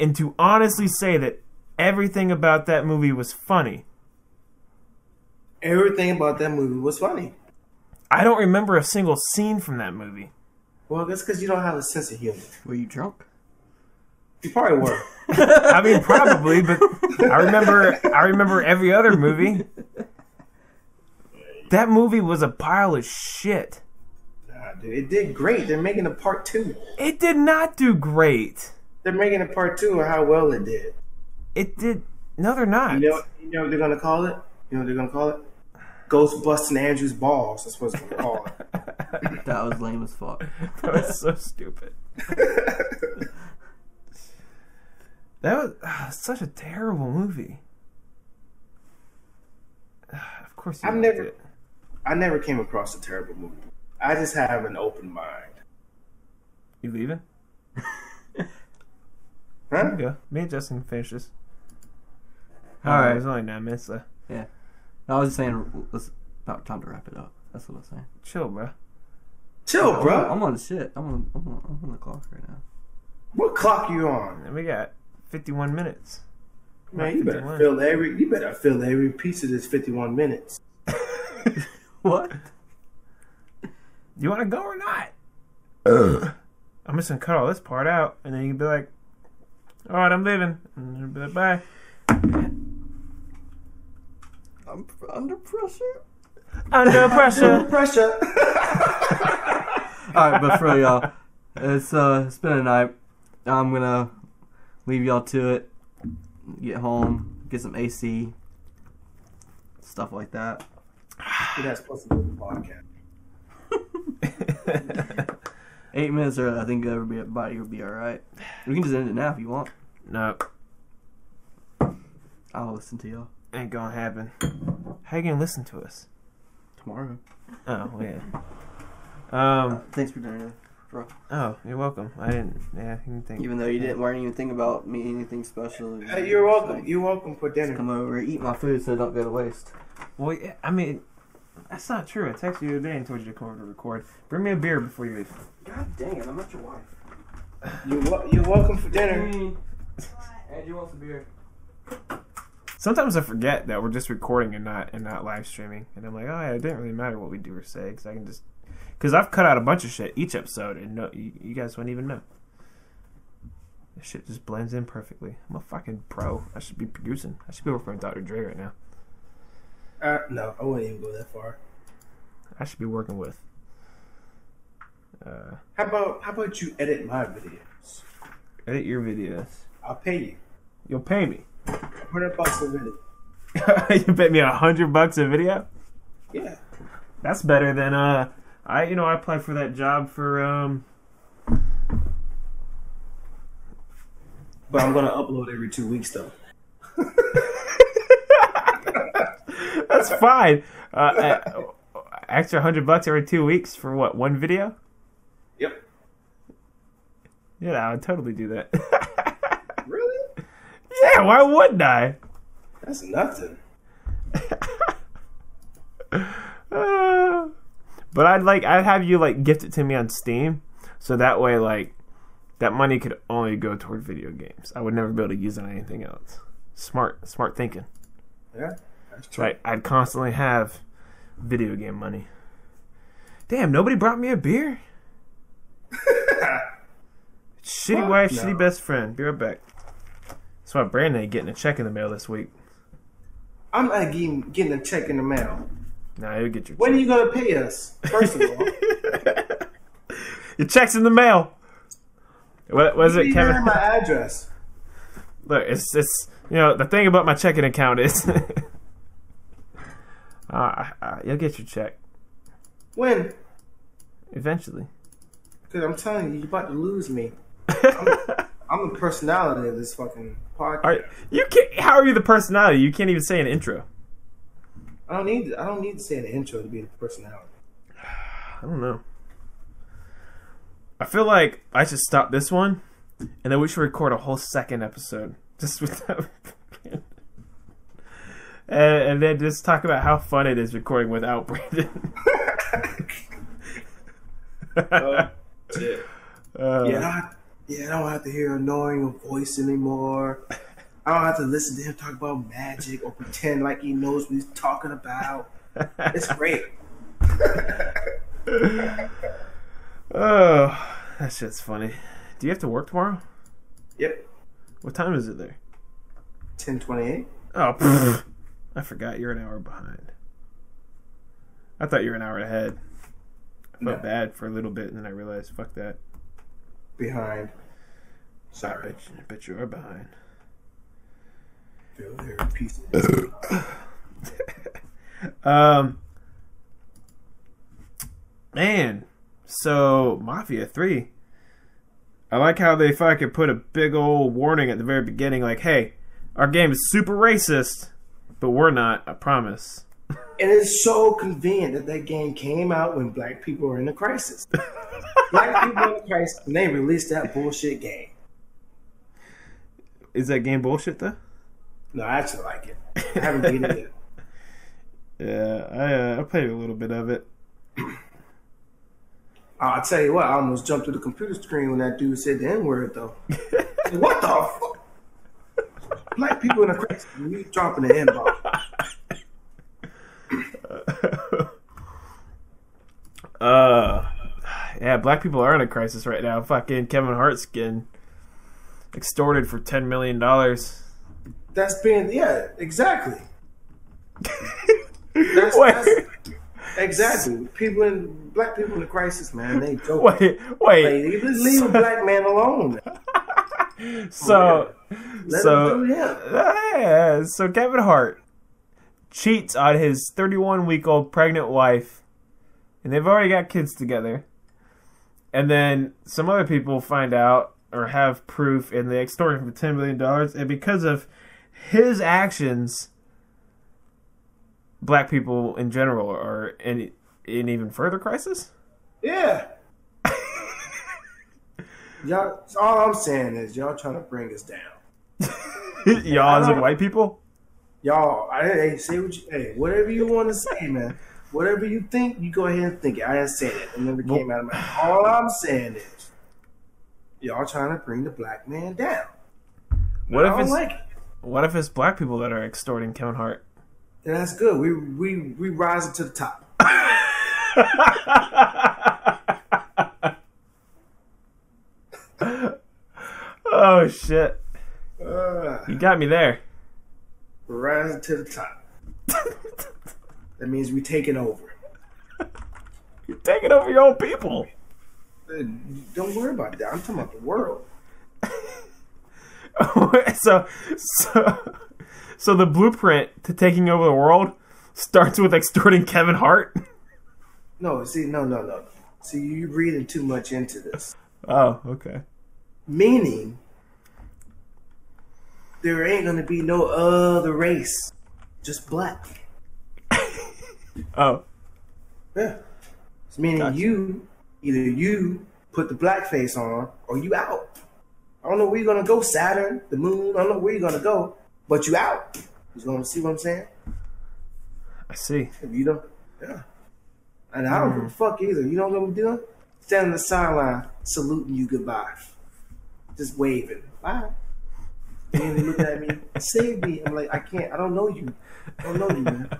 and to honestly say that everything about that movie was funny, Everything about that movie was funny. I don't remember a single scene from that movie. Well, that's because you don't have a sense of humor. Were you drunk? You probably were. I mean probably, but I remember I remember every other movie. That movie was a pile of shit. nah, dude, it did great. They're making a part two. It did not do great. They're making a part two of how well it did. It did. No, they're not. You know, you know what they're gonna call it? You know what they're gonna call it? Ghost busting Andrew's balls. That's what it's gonna call it. That was lame as fuck. that was so stupid. that was ah, such a terrible movie. Ah, of course, you I've liked never- It. I never came across a terrible movie. I just have an open mind. You leaving? Huh? There you go. Me and Justin can finish this. All right. There's only nine minutes left. I was just saying, it's about time to wrap it up. That's what I'm saying. Chill, bro. Chill, I'm, bro. I'm on the shit. I'm on, I'm on. I'm on the clock right now. What clock you on? And we got 51 minutes. Man, you better 51. fill every you better fill every piece of this fifty one minutes. What? You want to go or not? I'm just gonna cut all this part out, and then you can be like, "All right, I'm leaving," and you'll be like, "Bye." I'm pr- under pressure. Under pressure. Pressure. All right, but for y'all, it's uh, it's been a night. I'm gonna leave y'all to it. Get home, get some AC, stuff like that. That's supposed to be the podcast. Eight minutes early, I think everybody will be all right. We can just end it now if you want. nope, I'll listen to y'all ain't gonna happen. How you gonna listen to us? tomorrow. Oh, yeah. Um. Uh, Thanks for dinner, bro. Oh, you're welcome. I didn't. Yeah, I didn't think. Even though you didn't learn anything about me, anything special. Hey, you're welcome. You're welcome for dinner. Come over, eat my food, so it don't go to waste. Well, yeah, I mean, that's not true. I texted you the other day and told you to come over to record. Bring me a beer before you leave. God dang it, I'm not your wife. You're, wel- you're welcome for dinner. Andrew wants a beer. Sometimes I forget that we're just recording and not and not live streaming, and I'm like, oh, yeah, it didn't really matter what we do or say because I can just because I've cut out a bunch of shit each episode, and no, you, you guys wouldn't even know. This shit just blends in perfectly. I'm a fucking pro. I should be producing. I should be working with Dr. Dre right now. Uh, no, I wouldn't even go that far. I should be working with. Uh, How about how about you edit my videos? edit your videos. I'll pay you. You'll pay me. A hundred bucks a video. you bet me a hundred bucks a video. Yeah. That's better than uh I you know I applied for that job for um But I'm gonna upload every two weeks though. that's fine. Uh uh, extra 100 bucks every 2 weeks for what? One video? Yep. Yeah, I would totally do that. Really? yeah, why wouldn't I? That's nothing. Uh, but I'd like I'd have you like gift it to me on Steam so that way like that money could only go toward video games. I would never be able to use it on anything else. Smart smart thinking. Yeah. That's true. Right, I'd constantly have video game money. Damn, nobody brought me a beer. shitty Fuck wife, no. shitty best friend. Be right back. That's why Brandon ain't getting a check in the mail this week. I'm not getting, getting a check in the mail. Nah, you'll get your When are check. you gonna pay us? First of all, your check's in the mail. What was it, you Kevin? have my address. Look, it's it's you know the thing about my checking account is, uh, I- I- you'll get your check When? eventually. Because I'm telling you, you're about to lose me. I'm the personality of this fucking podcast. Are you can't, How are you the personality? You can't even say an intro. I don't need. I don't need to say an intro to be the personality. I don't know. I feel like I should stop this one, and then we should record a whole second episode just with that. and, and then just talk about how fun it is recording without Brandon. Uh, Yeah, I, yeah, I don't have to hear annoying voice anymore. I don't have to listen to him talk about magic or pretend like he knows what he's talking about. It's great. Oh, that shit's funny. Do you have to work tomorrow? Yep, What time is it there? ten twenty eight. Oh, pfft. I forgot you're an hour behind. I thought you were an hour ahead. I felt No. bad for a little bit, and then I realized, fuck that. Behind. I Sorry, bet, I bet you are behind. Phil, you're a piece of Um, man, so Mafia Three. I like how they fucking put a big old warning at the very beginning, like, "Hey, our game is super racist, but we're not. I promise." And it's so convenient that that game came out when black people were in a crisis. black people in a crisis, and they released that bullshit game. Is that game bullshit though? No, I actually like it. I haven't beat it yet. Yeah, I uh, I played a little bit of it. I'll tell you what, I almost jumped through the computer screen when that dude said the N word, though. what the fuck? Black people in the cracks, you dropping the N bomb. Uh, yeah, black people are in a crisis right now. Fucking Kevin Hart's getting extorted for ten million dollars. That's being, yeah, exactly. That's, that's Wait, exactly. People in black people in the crisis, man. They joke. wait, wait. Like, leave a black man alone. So, Let so him do him. Yeah, Ah, so Kevin Hart cheats on his 31 week old pregnant wife, and they've already got kids together. And then some other people find out or have proof, and they extort him for $10 million. And because of his actions, black people in general are in, in even further crisis. Yeah. y'all, all I'm saying is y'all trying to bring us down. Y'all, as in white people? Y'all, I hey, say what you, hey, whatever you want to say, man. Whatever you think, you go ahead and think it. I didn't say that. It never came out of my. All I'm saying is, y'all trying to bring the black man down. What I if don't it's like it. what if it's black people that are extorting Kevin Hart? And that's good. We we we rising to the top. oh shit! Uh, You got me there. we're rising to the top. That means we taking over. You're taking over your own people. Uh, Don't worry about that. I'm talking about the world. so, so, so the blueprint to taking over the world starts with extorting Kevin Hart. No, see, no, no, no. See, you reading too much into this. Oh, okay. Meaning, there ain't gonna be no other race, just black. Oh, Yeah. It's meaning Gotcha. you, either you put the black face on or you out. I don't know where you're gonna go, Saturn, the moon. I don't know where you're gonna go, but you out. You gonna see what I'm saying? I see. If you don't, yeah. Mm. And I don't give a fuck either. You know what I'm doing? Standing on the sideline, saluting you goodbye, just waving bye. And they look at me, save me. I'm like, I can't. I don't know you. I don't know you, man.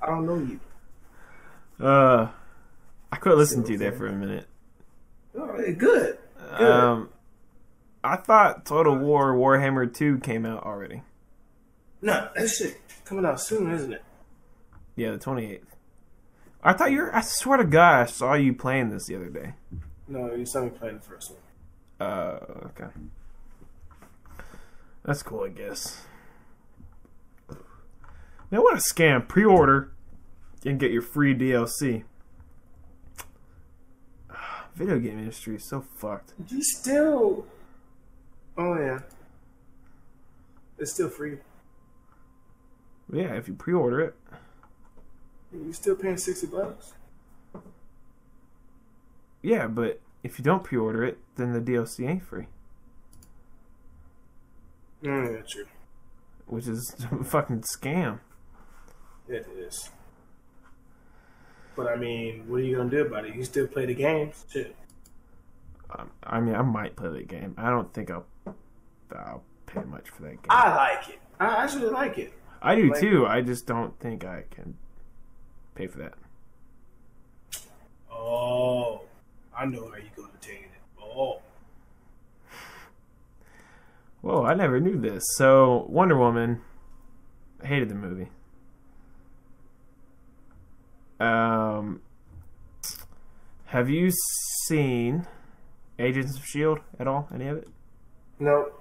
I don't know you. Uh, I quit listening to you there for a minute. Oh, eh, good. Good. Um, I thought Total War Warhammer Two came out already. no, that shit coming out soon, isn't it? Yeah, the twenty eighth. I thought you were. I swear to God, I saw you playing this the other day. No, you saw me play the first one. Uh, okay. That's cool, I guess. Man, what a scam! Pre-order and get your free DLC. Video game industry is so fucked. You still? Oh yeah. It's still free. Yeah, if you pre-order it, You still paying sixty bucks? yeah, but if you don't pre-order it, then the DLC ain't free, No, Oh, yeah, true. which is a fucking scam. It is. But I mean, what are you gonna do about it? You still play the games? Shit. Um, I mean, I might play that game. I don't think I'll I'll pay much for that game. I, I like it. I actually like it. do like- too. I just don't think I can pay for that. Oh, I know how you gonna take it. Oh, Whoa, I never knew this. So Wonder Woman, I hated the movie. Um, have you seen Agents of Shield E at all? Any of it? no,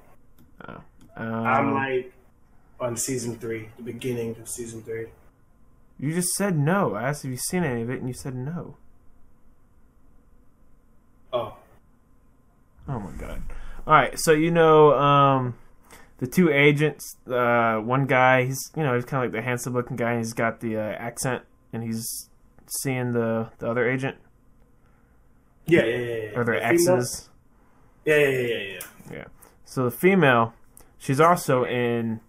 Um, I'm like on season three, the beginning of season three. you just said no. I asked if you've seen any of it, and you said no. Oh, Oh my god. All right, so you know um the two agents, uh one guy, he's you know, he's kind of like the handsome looking guy and he's got the uh, accent and he's seeing the the other agent yeah, yeah, yeah. yeah. or their The female- exes. Yeah, yeah, yeah, yeah, yeah. So the female, she's also in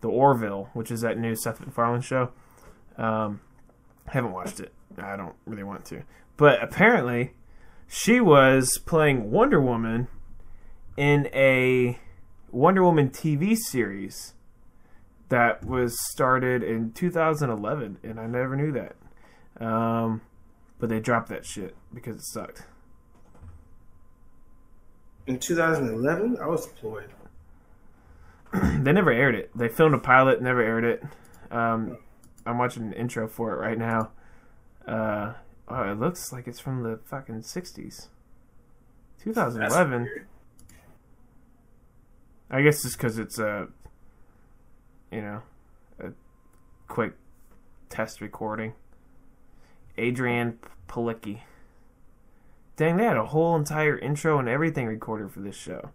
the Orville, which is that new Seth MacFarlane show. Um I haven't watched it. I don't really want to. But apparently, she was playing Wonder Woman in a Wonder Woman TV series that was started in 2011, and I never knew that. Um, but they dropped that shit because it sucked. In 2011, I was deployed. they never aired it. They filmed a pilot, never aired it. Um, I'm watching an intro for it right now. Uh, oh, it looks like it's from the fucking 60s. That's 2011. weird. I guess just because it's a, you know, a quick test recording. Adrian Palicki. Dang, they had a whole entire intro and everything recorded for this show.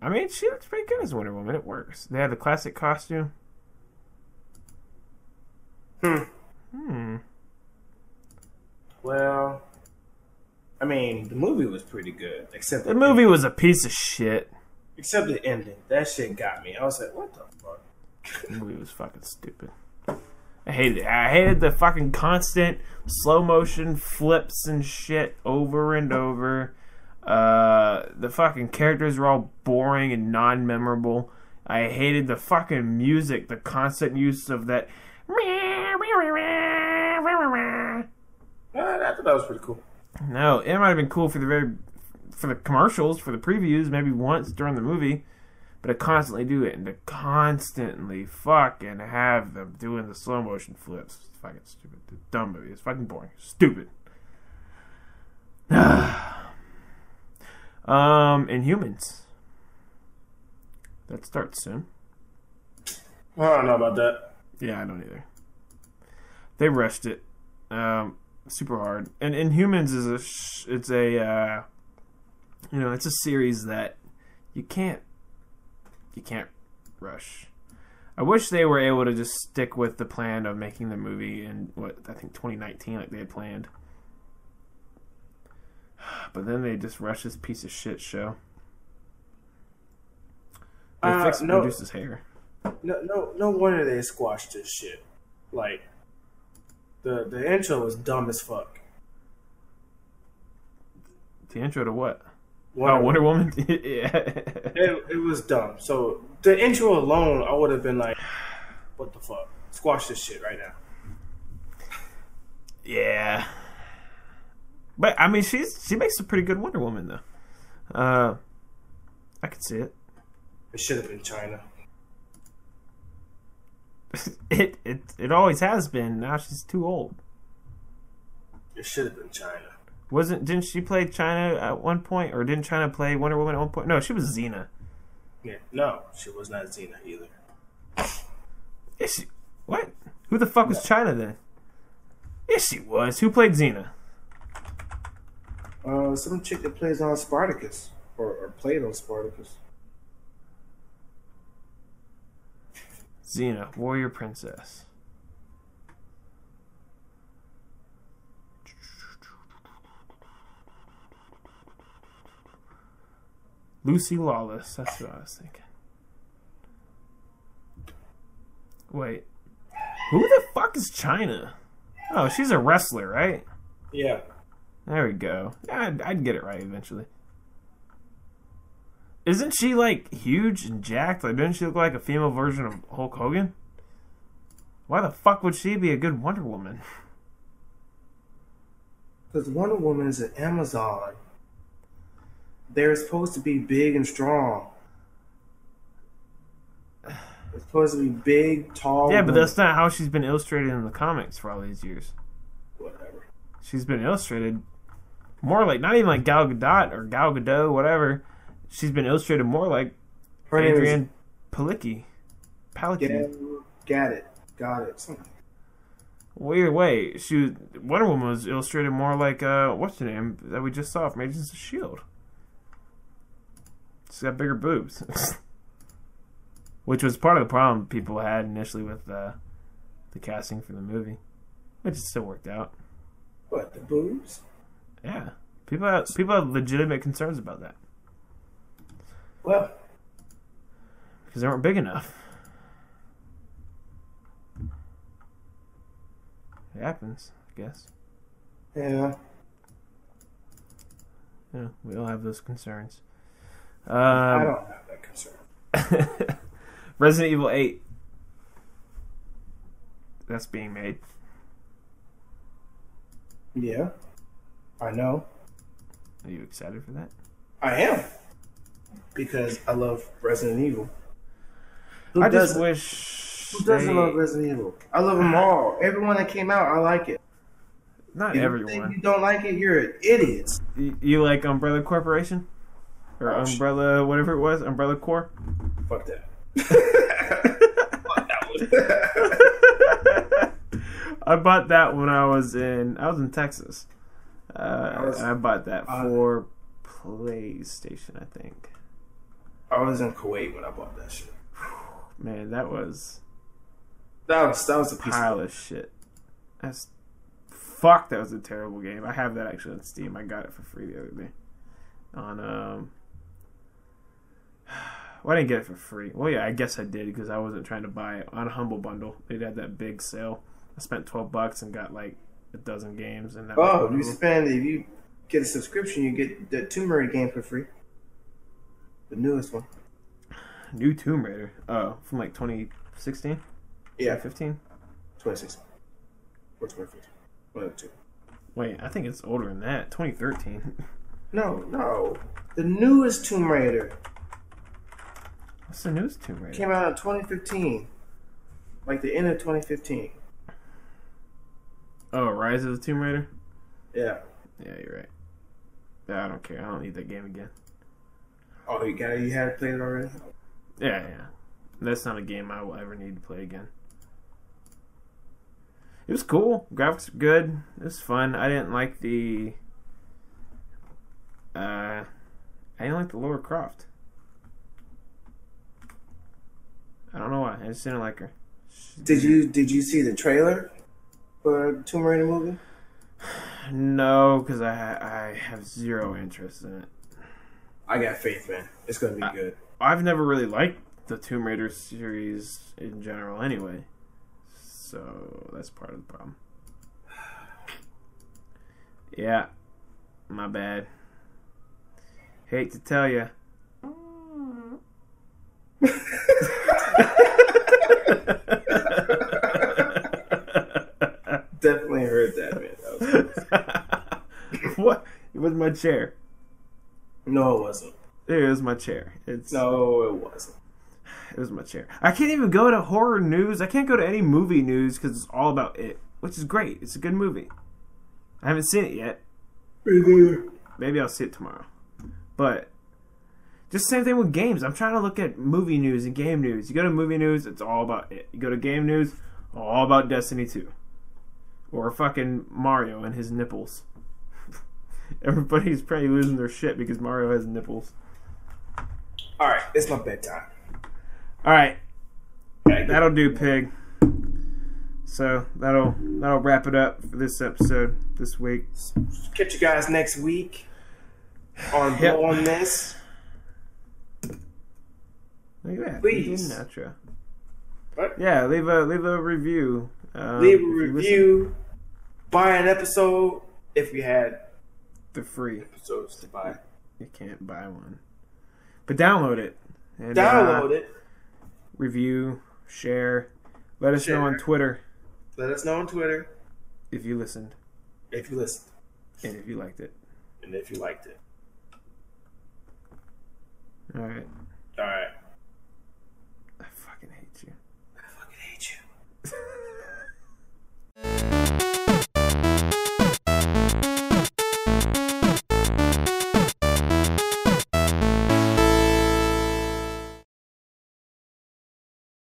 I mean, she looks pretty good as Wonder Woman. It works. They had the classic costume. Hmm. Hmm. Well, I mean, the movie was pretty good, except The movie was a piece of shit. except the ending. That shit got me. I was like, what the fuck? The movie was fucking stupid. I hated it. I hated the fucking constant slow motion flips and shit over and over. Uh, the fucking characters were all boring and non memorable. I hated the fucking music, the constant use of that. Nah, I thought that was pretty cool. No, it might have been cool for the very for the commercials, for the previews, maybe once during the movie, but to constantly do it and to constantly fucking have them doing the slow motion flips. It's fucking stupid. It's a dumb movie. It's fucking boring. Stupid. um, Inhumans. That starts soon. I don't know about that. Yeah, I don't either. They rushed it um, super hard. And Inhumans is a sh- it's a uh, you know it's a series that you can't you can't rush. I wish they were able to just stick with the plan of making the movie in what I think 2019 like they had planned. But then they just rushed this piece of shit show. They Uh, fixed no. Medusa's hair. No, no, no wonder they squashed this shit. Like, the the intro was dumb as fuck. The intro to what? Wonder oh, Wonder Woman. yeah. It, it was dumb. So the intro alone, I would have been like, "What the fuck? Squash this shit right now." Yeah. But I mean, she's she makes a pretty good Wonder Woman though. Uh, I could see it. It should have been China. it it it always has been. Now she's too old. It should have been China. Wasn't didn't she play China at one point, or didn't China play Wonder Woman at one point? No, she was Xena. Yeah, no, she was not Xena either. Is she? What? Who the fuck was China then? Yes, she was. Who played Xena? Uh, some chick that plays on Spartacus or, or played on Spartacus. Xena, warrior princess. Lucy Lawless, that's what I was thinking. Wait. Who the fuck is China? Oh, she's a wrestler, right? Yeah, There we go. Yeah, I'd, I'd get it right eventually. Isn't she like huge and jacked? Like, doesn't she look like a female version of Hulk Hogan? Why the fuck would she be a good Wonder Woman? because Wonder Woman is an Amazon. They're supposed to be big and strong. They're supposed to be big, tall. Yeah, but women. that's not how she's been illustrated in the comics for all these years. whatever. She's been illustrated more like not even like Gal Gadot or Gal Gadot, whatever. She's been illustrated more like Her name is- Adrian Palicki. Palicki. Yeah, got it, got it. Something. Weird way. She was, Wonder Woman was illustrated more like uh, what's the name that we just saw from Agents of Shield. E She's got bigger boobs, which was part of the problem people had initially with uh, the casting for the movie, which still worked out. What the boobs? Yeah, people have, people have legitimate concerns about that Well, because they weren't big enough. It happens. I guess. Yeah. Yeah, we all have those concerns. I Um, don't have that concern. Resident Evil 8. That's being made. Yeah. I know. Are you excited for that? I am. Because I love Resident Evil. I just doesn't? wish. Who doesn't they- love Resident Evil? I love them all. Everyone that came out, I like it. Not If you think everyone. you don't like it, you're an idiot. You, you like Umbrella Corporation? Or Oh, sh- Umbrella, whatever it was? Umbrella Corp? Fuck that. Fuck that one. I bought that when I was in I was in Texas. Uh, I was- and I bought that uh, for PlayStation, I think. I was in Kuwait when I bought that shit. Man, that was That was that was a a piece. Of, pile of shit. That's fuck. That was a terrible game. I have that actually on Steam. I got it for free the other day. On um, well, I didn't get it for free. Well, yeah, I guess I did because I wasn't trying to buy it on Humble Bundle. They had that big sale. I spent twelve bucks and got like a dozen games, and that was oh, one if of you them. spend if you get a subscription, you get the Tomb Raider game for free. The newest one. New Tomb Raider. Oh, from like 2016? Yeah, 15? twenty six. Or twenty four. One of the two. Wait, I think it's older than that. 2013. No, no. The newest Tomb Raider What's the newest Tomb Raider? came out in twenty fifteen. Like the end of twenty fifteen. Oh, Rise of the Tomb Raider? Yeah. Yeah, you're right. Yeah, I don't care. I don't need that game again. Oh, you got it. You had played it already. Yeah, yeah. That's not a game I will ever need to play again. It was cool. Graphics were good. It was fun. I didn't like the. Uh, I didn't like the Laura Croft. I don't know why. I just didn't like her. Did you did you see the trailer for Tomb Raider movie? No, because I I have zero interest in it. I got faith, man. It's gonna be good. I've never really liked the Tomb Raider series in general, anyway. So that's part of the problem. Yeah, my bad. Hate to tell you. Definitely heard that, man. That was- what? It was my chair. no, it wasn't. It was my chair. It's No, it wasn't. It was my chair. I can't even go to horror news. I can't go to any movie news because it's all about it, which is great. It's a good movie. I haven't seen it yet. Maybe I'll see it tomorrow. But just same thing with games. I'm trying to look at movie news and game news. You go to movie news, it's all about it. You go to game news, all about Destiny 2. Or fucking Mario and his nipples. Everybody's probably losing their shit because Mario has nipples. All right, it's my bedtime. All right, Gotta get- that'll do, pig. So that'll that'll wrap it up for this episode this week. Catch you guys next week on Yep. Blow on This. Look at that, Please. we did an outro. What? Yeah, leave a leave a review. Um, Leave if a you listen- review. Buy an episode if we had They're free. episodes to buy. You can't buy one, but download it. And, Download uh, it. Review, share. Let us know on Share. Twitter Let us know on Twitter if you listened if you listened and if you liked it. and if you liked it. All right. All right.